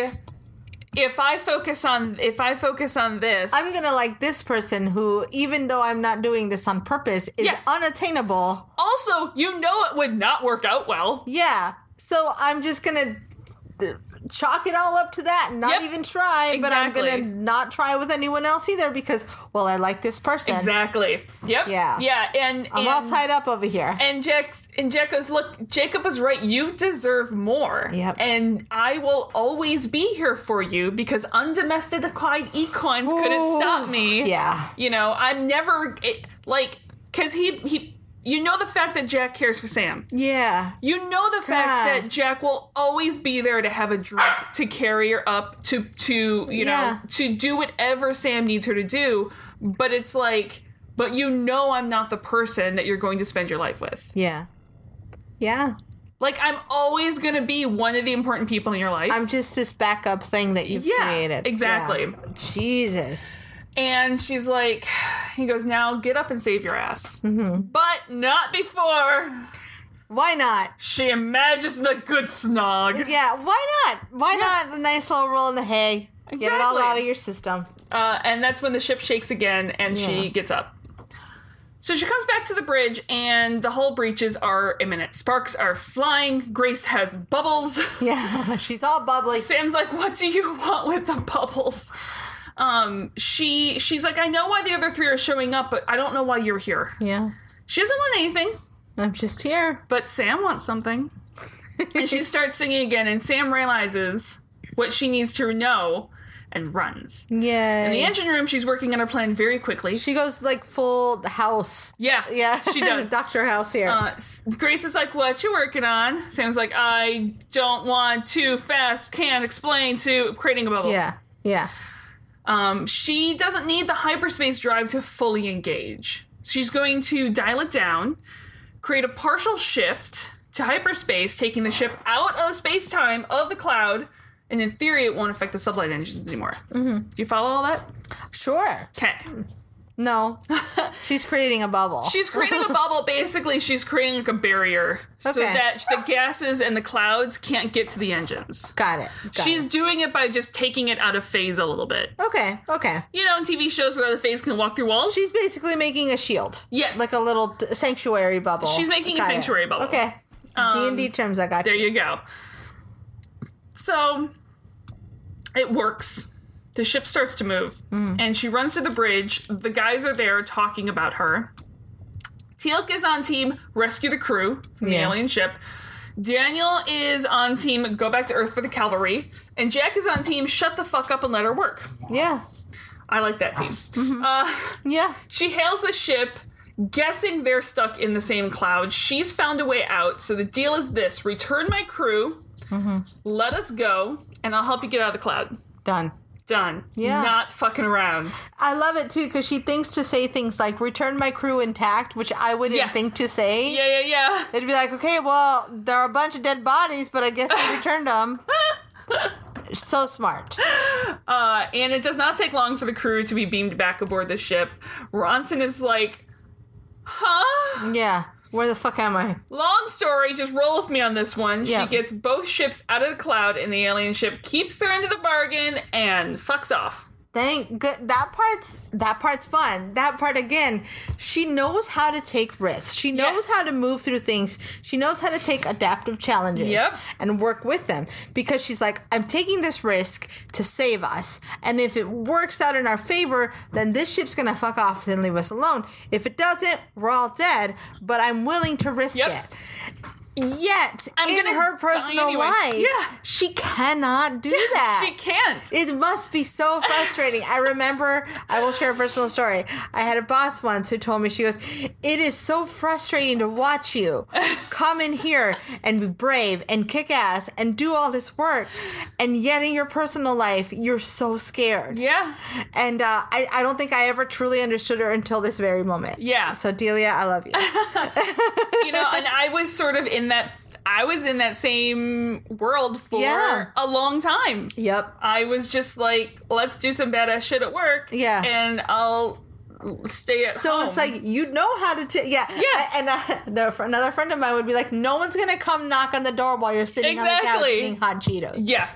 Speaker 1: if i focus on if i focus on this
Speaker 2: I'm gonna like this person who, even though I'm not doing this on purpose, is
Speaker 1: Yeah.
Speaker 2: unattainable.
Speaker 1: also you know it would not work out well
Speaker 2: Yeah. So I'm just gonna th- chalk it all up to that and
Speaker 1: Yep.
Speaker 2: not even try. But I'm
Speaker 1: Exactly.
Speaker 2: gonna not try with anyone else either because, well, I like this person.
Speaker 1: exactly yep
Speaker 2: Yeah. Uh,
Speaker 1: yeah and
Speaker 2: I'm
Speaker 1: and,
Speaker 2: all tied up over here.
Speaker 1: and Jack's and Jack goes, look, Jacob is right. You deserve more.
Speaker 2: Yep.
Speaker 1: And I will always be here for you because undomesticated equines couldn't
Speaker 2: Ooh.
Speaker 1: stop me.
Speaker 2: yeah.
Speaker 1: You know, I'm never it, like because he he. You know the fact that Jack cares for Sam.
Speaker 2: Yeah.
Speaker 1: You know the
Speaker 2: Yeah.
Speaker 1: fact that Jack will always be there to have a drink, to carry her up, to to you
Speaker 2: Yeah.
Speaker 1: know to do whatever Sam needs her to do. But it's like but you know I'm not the person that you're going to spend your life with.
Speaker 2: Yeah. Yeah.
Speaker 1: Like I'm always going to be one of the important people in your life.
Speaker 2: I'm just this backup thing that you've
Speaker 1: Yeah,
Speaker 2: created.
Speaker 1: exactly.
Speaker 2: Yeah. Jesus.
Speaker 1: and she's like, <sighs> he goes, now get up and save your ass.
Speaker 2: Mm-hmm.
Speaker 1: But not before
Speaker 2: Why not?
Speaker 1: she imagines the good snog.
Speaker 2: Yeah, why not? Why not a nice little roll in the hay? Get it all
Speaker 1: Exactly.
Speaker 2: out of your system.
Speaker 1: Uh, and that's when the ship shakes again and
Speaker 2: Yeah.
Speaker 1: she gets up. So she comes back to the bridge and the hull breaches are imminent. Sparks are flying. Grace has bubbles. <laughs>
Speaker 2: Yeah, <laughs> she's all bubbly.
Speaker 1: Sam's like, "What do you want with the bubbles?" Um, she she's like, "I know why the other three are showing up, but I don't know why you're here."
Speaker 2: Yeah,
Speaker 1: She doesn't want anything,
Speaker 2: I'm just here.
Speaker 1: but Sam wants
Speaker 2: <laughs>
Speaker 1: something. and she starts singing again, and Sam realizes what she needs to know and runs.
Speaker 2: Yay.
Speaker 1: In the engine room, she's working on her plan very quickly.
Speaker 2: she goes like full house.
Speaker 1: yeah,
Speaker 2: Yeah,
Speaker 1: she does.
Speaker 2: <laughs> Doctor House here.
Speaker 1: Uh, S- Grace is like, "What you working on?" Sam's like, "I don't want too fast. Can't explain to creating a bubble."
Speaker 2: yeah, yeah,
Speaker 1: Um, she doesn't need the hyperspace drive to fully engage. She's going to dial it down, create a partial shift to hyperspace, taking the ship out of space time of the cloud, and in theory, it won't affect the sublight engines anymore.
Speaker 2: Mm-hmm.
Speaker 1: Do you follow all that?
Speaker 2: sure.
Speaker 1: Okay.
Speaker 2: No, <laughs>
Speaker 1: <laughs>
Speaker 2: she's creating a bubble.
Speaker 1: She's creating a
Speaker 2: <laughs>
Speaker 1: bubble. Basically, she's creating like a barrier so
Speaker 2: Okay.
Speaker 1: that the gases and the clouds can't get to the engines.
Speaker 2: got it. got
Speaker 1: She's
Speaker 2: it.
Speaker 1: doing it by just taking it out of phase a little bit.
Speaker 2: okay. Okay,
Speaker 1: You know, in TV shows where the phase can walk through walls.
Speaker 2: she's basically making a shield.
Speaker 1: Yes.
Speaker 2: like a little d- sanctuary bubble.
Speaker 1: She's making a
Speaker 2: Got it.
Speaker 1: sanctuary bubble. Um,
Speaker 2: Okay, D and D terms. I got
Speaker 1: There
Speaker 2: you.
Speaker 1: you go. So it works. The ship starts to move, and she runs to the bridge. The guys are there talking about her. Teal'c is on team rescue the crew from the
Speaker 2: Yeah.
Speaker 1: alien ship. Daniel is on team go back to Earth for the cavalry, and Jack is on team shut the fuck up and let her work.
Speaker 2: Yeah,
Speaker 1: I like that team. Uh,
Speaker 2: yeah.
Speaker 1: she hails the ship, guessing they're stuck in the same cloud. She's found a way out. So the deal is this return my crew,
Speaker 2: Mm-hmm.
Speaker 1: let us go, and I'll help you get out of the cloud.
Speaker 2: Done.
Speaker 1: Done.
Speaker 2: Yeah.
Speaker 1: Not fucking around.
Speaker 2: I love it too because she thinks to say things like "return my crew intact," which I wouldn't
Speaker 1: Yeah.
Speaker 2: think to say.
Speaker 1: Yeah, yeah, yeah.
Speaker 2: It'd be like, okay, well, there are a bunch of dead bodies, but I guess they returned them. so smart.
Speaker 1: Uh, and it does not take long for the crew to be beamed back aboard the ship. Ronson is like, huh?
Speaker 2: Yeah. Where the fuck am I?
Speaker 1: Long story, just roll with me on this one.
Speaker 2: Yeah.
Speaker 1: She gets both ships out of the cloud, and the alien ship keeps their end of the bargain and fucks off.
Speaker 2: Thank good. That part's that part's fun. That part again. She knows how to take risks. She knows
Speaker 1: Yes.
Speaker 2: how to move through things. She knows how to take adaptive challenges
Speaker 1: Yep.
Speaker 2: and work with them because she's like, I'm taking this risk to save us. And if it works out in our favor, then this ship's gonna fuck off and leave us alone. If it doesn't, we're all dead. But I'm willing to risk
Speaker 1: Yep.
Speaker 2: it. Yet
Speaker 1: I'm
Speaker 2: in
Speaker 1: gonna
Speaker 2: her
Speaker 1: die
Speaker 2: personal
Speaker 1: anyway.
Speaker 2: life,
Speaker 1: Yeah.
Speaker 2: she cannot do that.
Speaker 1: She can't.
Speaker 2: It must be so frustrating. I remember, I will share a personal story. I had a boss once who told me, she goes, It is so frustrating to watch you come in here and be brave and kick ass and do all this work. And yet in your personal life, you're so scared.
Speaker 1: Yeah.
Speaker 2: And uh, I, I don't think I ever truly understood her until this very moment.
Speaker 1: Yeah.
Speaker 2: So, Delia, I love you.
Speaker 1: <laughs> you know, and I was sort of in that. I was in that same world for
Speaker 2: Yeah.
Speaker 1: a long time.
Speaker 2: yep.
Speaker 1: I was just like, let's do some badass shit at work.
Speaker 2: Yeah.
Speaker 1: and I'll stay at
Speaker 2: So
Speaker 1: home.
Speaker 2: it's like you know how to take yeah
Speaker 1: Yeah.
Speaker 2: and uh, the, fr- another friend of mine would be like, no one's gonna come knock on the door while you're sitting on the couch
Speaker 1: Exactly.
Speaker 2: eating hot Cheetos.
Speaker 1: yeah,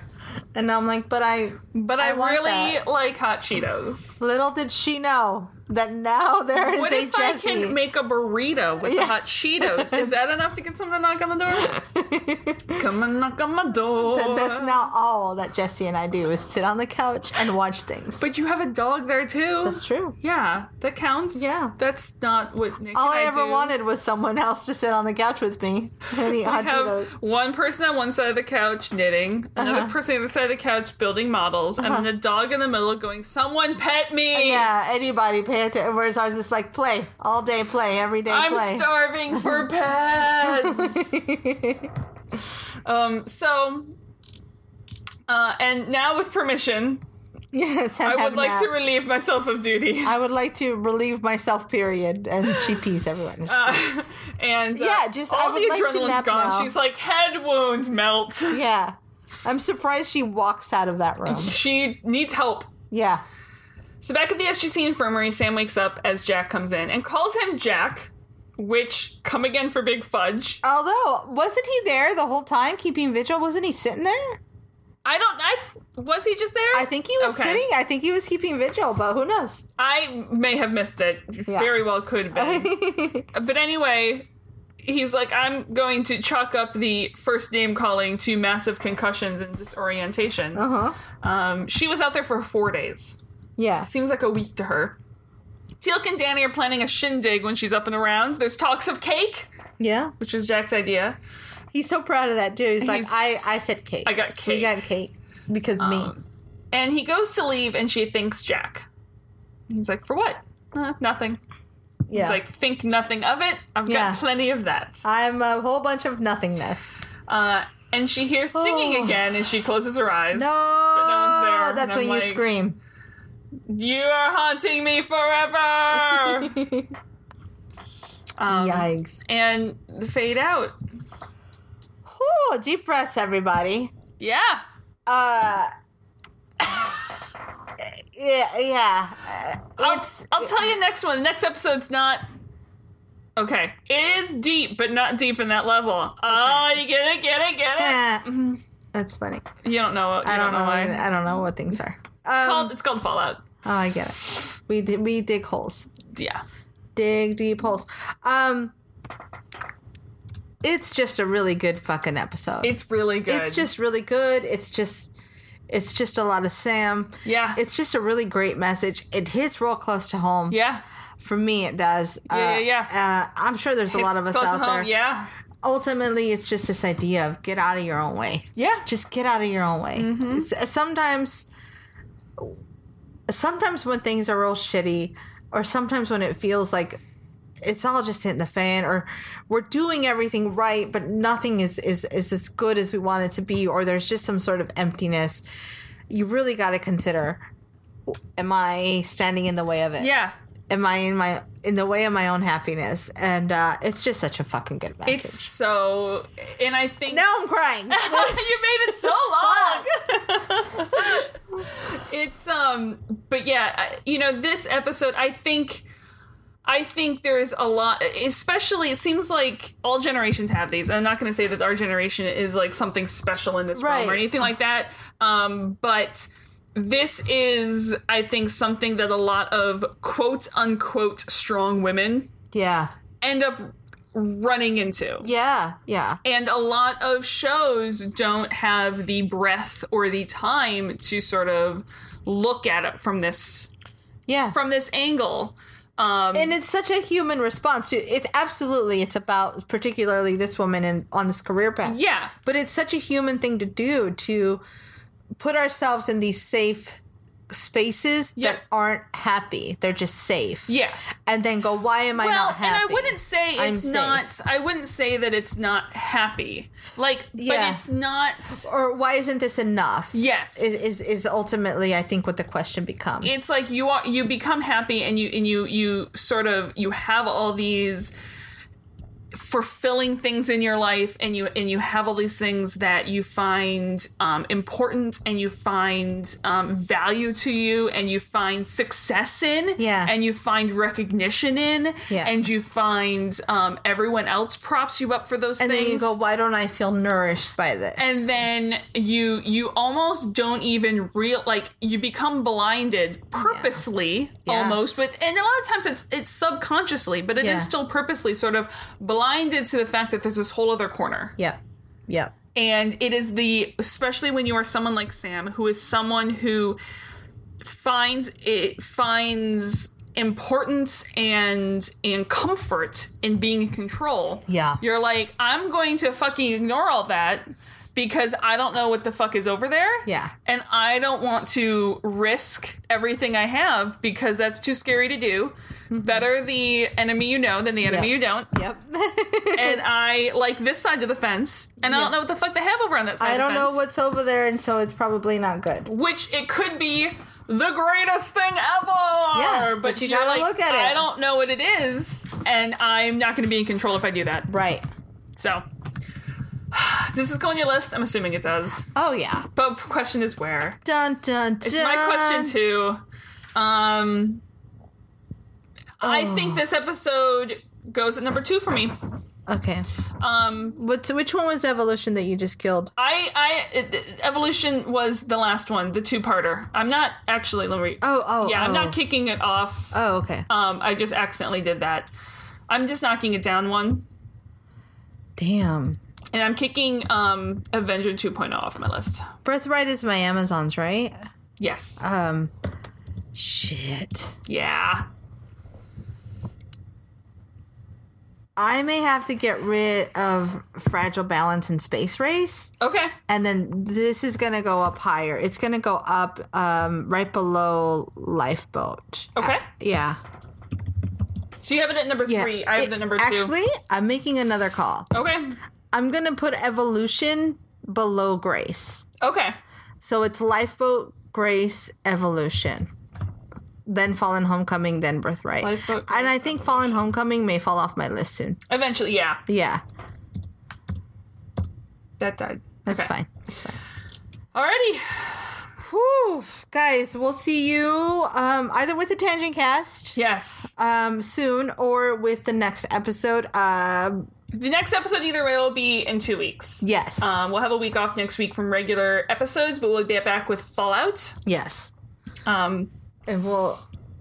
Speaker 2: And I'm like, but I
Speaker 1: but I,
Speaker 2: want
Speaker 1: really
Speaker 2: that.
Speaker 1: like hot Cheetos.
Speaker 2: little did she know that now there is
Speaker 1: What
Speaker 2: a
Speaker 1: if I
Speaker 2: Jesse.
Speaker 1: can make a burrito with the
Speaker 2: Yeah.
Speaker 1: hot Cheetos? Is that enough to get someone to knock on the door? Come and knock on my door.
Speaker 2: <laughs> But that's now all that Jesse and I do is sit on the couch and watch things.
Speaker 1: But you have a dog there too.
Speaker 2: That's true.
Speaker 1: Yeah, that counts.
Speaker 2: Yeah.
Speaker 1: that's not what Nick
Speaker 2: All
Speaker 1: and
Speaker 2: I, ever
Speaker 1: do.
Speaker 2: wanted was someone else to sit on the couch with me and eat
Speaker 1: <laughs>
Speaker 2: hot
Speaker 1: I have
Speaker 2: Cheetos.
Speaker 1: one person on one side of the couch knitting, another
Speaker 2: Uh-huh.
Speaker 1: person on the other side of the couch building models, and then a dog in the middle going, "Someone pet me!
Speaker 2: Uh, Yeah, anybody pay attention. Whereas ours is like play all day, play every day,
Speaker 1: I'm
Speaker 2: play.
Speaker 1: starving
Speaker 2: <laughs>
Speaker 1: for pets." um, so, uh, and now with permission,
Speaker 2: Yes,
Speaker 1: I would like to relieve myself of duty.
Speaker 2: I would like to relieve myself. Period. And she
Speaker 1: <laughs>
Speaker 2: pees everyone.
Speaker 1: and uh,
Speaker 2: Yeah, just- I
Speaker 1: all
Speaker 2: would
Speaker 1: the
Speaker 2: like to
Speaker 1: adrenaline's
Speaker 2: nap
Speaker 1: gone.
Speaker 2: now.
Speaker 1: She's like head wound melt. <laughs>
Speaker 2: yeah, I'm surprised she walks out of that room.
Speaker 1: She needs help.
Speaker 2: Yeah,
Speaker 1: So back at the SGC infirmary, Sam wakes up as Jack comes in and calls him Jack, which come again for big fudge.
Speaker 2: Although, wasn't he there the whole time keeping vigil? Wasn't he sitting there?
Speaker 1: I don't. I was he just there?
Speaker 2: I think he was
Speaker 1: Okay.
Speaker 2: sitting. I think he was keeping vigil, but who knows?
Speaker 1: I may have missed it. Very well could have
Speaker 2: <laughs>
Speaker 1: been. but anyway, he's like, I'm going to chalk up the first name calling to massive concussions and disorientation.
Speaker 2: Uh huh.
Speaker 1: Um, she was out there for four days.
Speaker 2: Yeah.
Speaker 1: Seems like a week to her. Teal'c and Danny are planning a shindig when she's up and around. There's talks of cake,
Speaker 2: Yeah.
Speaker 1: which is Jack's idea.
Speaker 2: He's so proud of that too. He's like,
Speaker 1: He's-
Speaker 2: I, I said cake.
Speaker 1: I got
Speaker 2: We
Speaker 1: cake.
Speaker 2: got cake because me.
Speaker 1: Um, And he goes to leave, and she thanks Jack. He's like, "For what? Uh, nothing."
Speaker 2: Yeah.
Speaker 1: He's like, "Think nothing of it. I've
Speaker 2: Yeah. Uh,
Speaker 1: got plenty of that."
Speaker 2: I'm a whole bunch of nothingness.
Speaker 1: Uh, and she hears singing
Speaker 2: Oh.
Speaker 1: again, and she closes her eyes.
Speaker 2: No,
Speaker 1: one's there,
Speaker 2: that's
Speaker 1: and
Speaker 2: when
Speaker 1: I'm
Speaker 2: you
Speaker 1: like-
Speaker 2: scream.
Speaker 1: You are haunting me
Speaker 2: <laughs>
Speaker 1: forever. um,
Speaker 2: Yikes!
Speaker 1: And fade out.
Speaker 2: Whew, deep breaths, everybody.
Speaker 1: Yeah.
Speaker 2: Uh, <laughs> yeah, yeah. Uh,
Speaker 1: I'll,
Speaker 2: it's
Speaker 1: I'll tell you next one. The next episode's not. Okay. It is deep, but not deep in that level. Oh, you get it, get it, get it.
Speaker 2: eh. that's funny.
Speaker 1: You don't know. You
Speaker 2: I don't, know.
Speaker 1: why.
Speaker 2: I don't know what things are.
Speaker 1: It's
Speaker 2: Um,
Speaker 1: called, it's called Fallout.
Speaker 2: oh, I get it. We di- we dig holes,
Speaker 1: Yeah.
Speaker 2: dig deep holes. Um, it's just a really good fucking episode.
Speaker 1: It's really good.
Speaker 2: It's just really good. It's just it's just a lot of Sam.
Speaker 1: Yeah.
Speaker 2: It's just a really great message. It hits real close to home.
Speaker 1: Yeah.
Speaker 2: For me, it does.
Speaker 1: Yeah,
Speaker 2: uh,
Speaker 1: yeah,
Speaker 2: Uh, I'm sure there's a lot of us
Speaker 1: Close
Speaker 2: out
Speaker 1: home,
Speaker 2: there.
Speaker 1: Yeah.
Speaker 2: Ultimately, it's just this idea of get out of your own way.
Speaker 1: Yeah.
Speaker 2: Just get out of your own way.
Speaker 1: Mm-hmm.
Speaker 2: It's, uh, sometimes, sometimes when things are real shitty, or sometimes when it feels like it's all just hitting the fan, or we're doing everything right, but nothing is is is as good as we want it to be, or there's just some sort of emptiness. You really got to consider: Am I standing in the way of it?
Speaker 1: Yeah.
Speaker 2: Am I in my in the way of my own happiness? And uh, it's just such a fucking good message.
Speaker 1: It's so. And I think.
Speaker 2: now I'm
Speaker 1: <laughs>
Speaker 2: crying.
Speaker 1: you made it so long. <laughs> it's um, but yeah, I- you know, this episode, I think, I think there's a lot. Especially, it seems like all generations have these. I'm not going to say that our generation is like something special in this realm or
Speaker 2: Right.
Speaker 1: anything like that. Um, but this is, I think, something that a lot of quote unquote strong women
Speaker 2: yeah.
Speaker 1: end up running into.
Speaker 2: Yeah, yeah,
Speaker 1: And a lot of shows don't have the breath or the time to sort of look at it from this
Speaker 2: yeah.
Speaker 1: from this angle. Um,
Speaker 2: and it's such a human response to it's absolutely it's about particularly this woman and on this career path.
Speaker 1: yeah,
Speaker 2: But it's such a human thing to do to put ourselves in these safe spaces
Speaker 1: Yeah.
Speaker 2: that aren't happy. They're just safe.
Speaker 1: yeah.
Speaker 2: And then go, why am I
Speaker 1: Well,
Speaker 2: not
Speaker 1: and
Speaker 2: happy?
Speaker 1: I wouldn't say
Speaker 2: I'm
Speaker 1: it's
Speaker 2: safe.
Speaker 1: not. I wouldn't say that it's not happy. Like,
Speaker 2: Yeah.
Speaker 1: but it's not.
Speaker 2: or why isn't this enough?
Speaker 1: Yes.
Speaker 2: Is, is is ultimately I think what the question becomes.
Speaker 1: it's like you are you become happy and you and you you sort of you have all these fulfilling things in your life and you and you have all these things that you find um, important and you find um, value to you and you find success in
Speaker 2: Yeah.
Speaker 1: and you find recognition in
Speaker 2: Yeah.
Speaker 1: and you find um, everyone else props you up for those
Speaker 2: and
Speaker 1: things
Speaker 2: then you go, why don't I feel nourished by this?
Speaker 1: and then you you almost don't even real like you become blinded purposely
Speaker 2: Yeah.
Speaker 1: almost with and a lot of times it's it's subconsciously but it is
Speaker 2: Yeah.
Speaker 1: still purposely sort of blinded to the fact that there's this whole other corner
Speaker 2: yep. Yep.
Speaker 1: and it is the especially when you are someone like Sam who is someone who finds it finds importance and and comfort in being in control.
Speaker 2: Yeah.
Speaker 1: You're like I'm going to fucking ignore all that because I don't know what the fuck is over there.
Speaker 2: Yeah.
Speaker 1: And I don't want to risk everything I have because that's too scary to do. Better the enemy you know than the enemy
Speaker 2: Mm-hmm.
Speaker 1: you
Speaker 2: Yeah.
Speaker 1: don't
Speaker 2: Yep.
Speaker 1: and I like this side of the fence, and I don't know what the fuck they have over on that side.
Speaker 2: I
Speaker 1: of the
Speaker 2: don't know
Speaker 1: fence.
Speaker 2: what's over there, and so it's probably not good.
Speaker 1: which it could be the greatest thing ever. Yeah,
Speaker 2: but you gotta look at it.
Speaker 1: I don't know what it is, and I'm not going to be in control if I do that.
Speaker 2: Right.
Speaker 1: So, <sighs> does this go on your list? I'm assuming it does.
Speaker 2: Oh yeah.
Speaker 1: But question is where.
Speaker 2: Dun dun dun.
Speaker 1: It's my question too. Um, I think this episode goes at number two for me.
Speaker 2: Okay.
Speaker 1: Um,
Speaker 2: What's which one was evolution that you just killed?
Speaker 1: I, I, it- it- evolution was the last one, the two-parter. I'm not actually. Let me.
Speaker 2: Oh oh.
Speaker 1: yeah, I'm
Speaker 2: oh.
Speaker 1: not kicking it off.
Speaker 2: Oh okay.
Speaker 1: Um, I just accidentally did that. I'm just knocking it down one,
Speaker 2: Damn.
Speaker 1: and I'm kicking um Avenger 2.0 off my list.
Speaker 2: Birthright is my Amazon's, right?
Speaker 1: Yes.
Speaker 2: Um. Shit.
Speaker 1: yeah.
Speaker 2: I may have to get rid of Fragile Balance and Space Race.
Speaker 1: Okay.
Speaker 2: And then this is going to go up higher. It's going to go up um, right below Lifeboat.
Speaker 1: Okay.
Speaker 2: Yeah.
Speaker 1: So you have it at number
Speaker 2: Yeah.
Speaker 1: three. I have
Speaker 2: It-
Speaker 1: it at number
Speaker 2: Actually, I'm making another call.
Speaker 1: two. Okay.
Speaker 2: I'm going to put Evolution below Grace.
Speaker 1: Okay.
Speaker 2: So it's Lifeboat, Grace, Evolution. Then Fallen Homecoming, then Birthright.
Speaker 1: Lifeboat,
Speaker 2: and I think Fallen Homecoming may fall off my list soon.
Speaker 1: Eventually, yeah.
Speaker 2: Yeah.
Speaker 1: That died.
Speaker 2: That's
Speaker 1: Okay.
Speaker 2: fine. That's fine.
Speaker 1: Alrighty.
Speaker 2: Whew. Guys, we'll see you um, either with the Tangent Cast
Speaker 1: Yes.
Speaker 2: um, soon or with the next episode. Um
Speaker 1: The next episode, either way, will be in two weeks.
Speaker 2: yes.
Speaker 1: Um, we'll have a week off next week from regular episodes, but we'll get back with Fallout. <laughs>
Speaker 2: yes.
Speaker 1: Um,
Speaker 2: And we'll.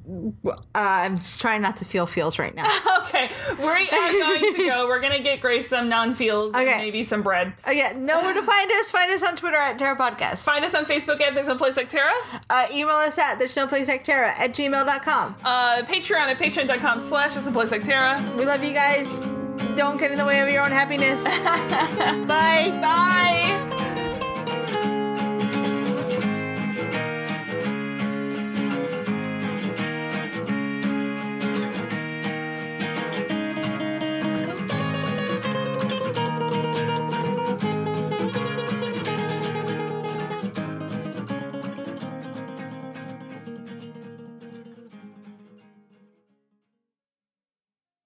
Speaker 2: Uh, I'm just trying not to feel feels right now.
Speaker 1: okay, we are going to go. We're gonna get Grace some non-fields
Speaker 2: Okay.
Speaker 1: and maybe some bread.
Speaker 2: Oh, yeah. Know where to find us. Find us on Twitter at Terra Podcast.
Speaker 1: Find us on Facebook at There's No Place Like Terra,
Speaker 2: Uh, email us at there's no place like Terra at gmail.com.
Speaker 1: uh, Patreon at patreon.com slash There's No Place Like Terra.
Speaker 2: We love you guys. Don't get in the way of your own happiness. Bye.
Speaker 1: Bye.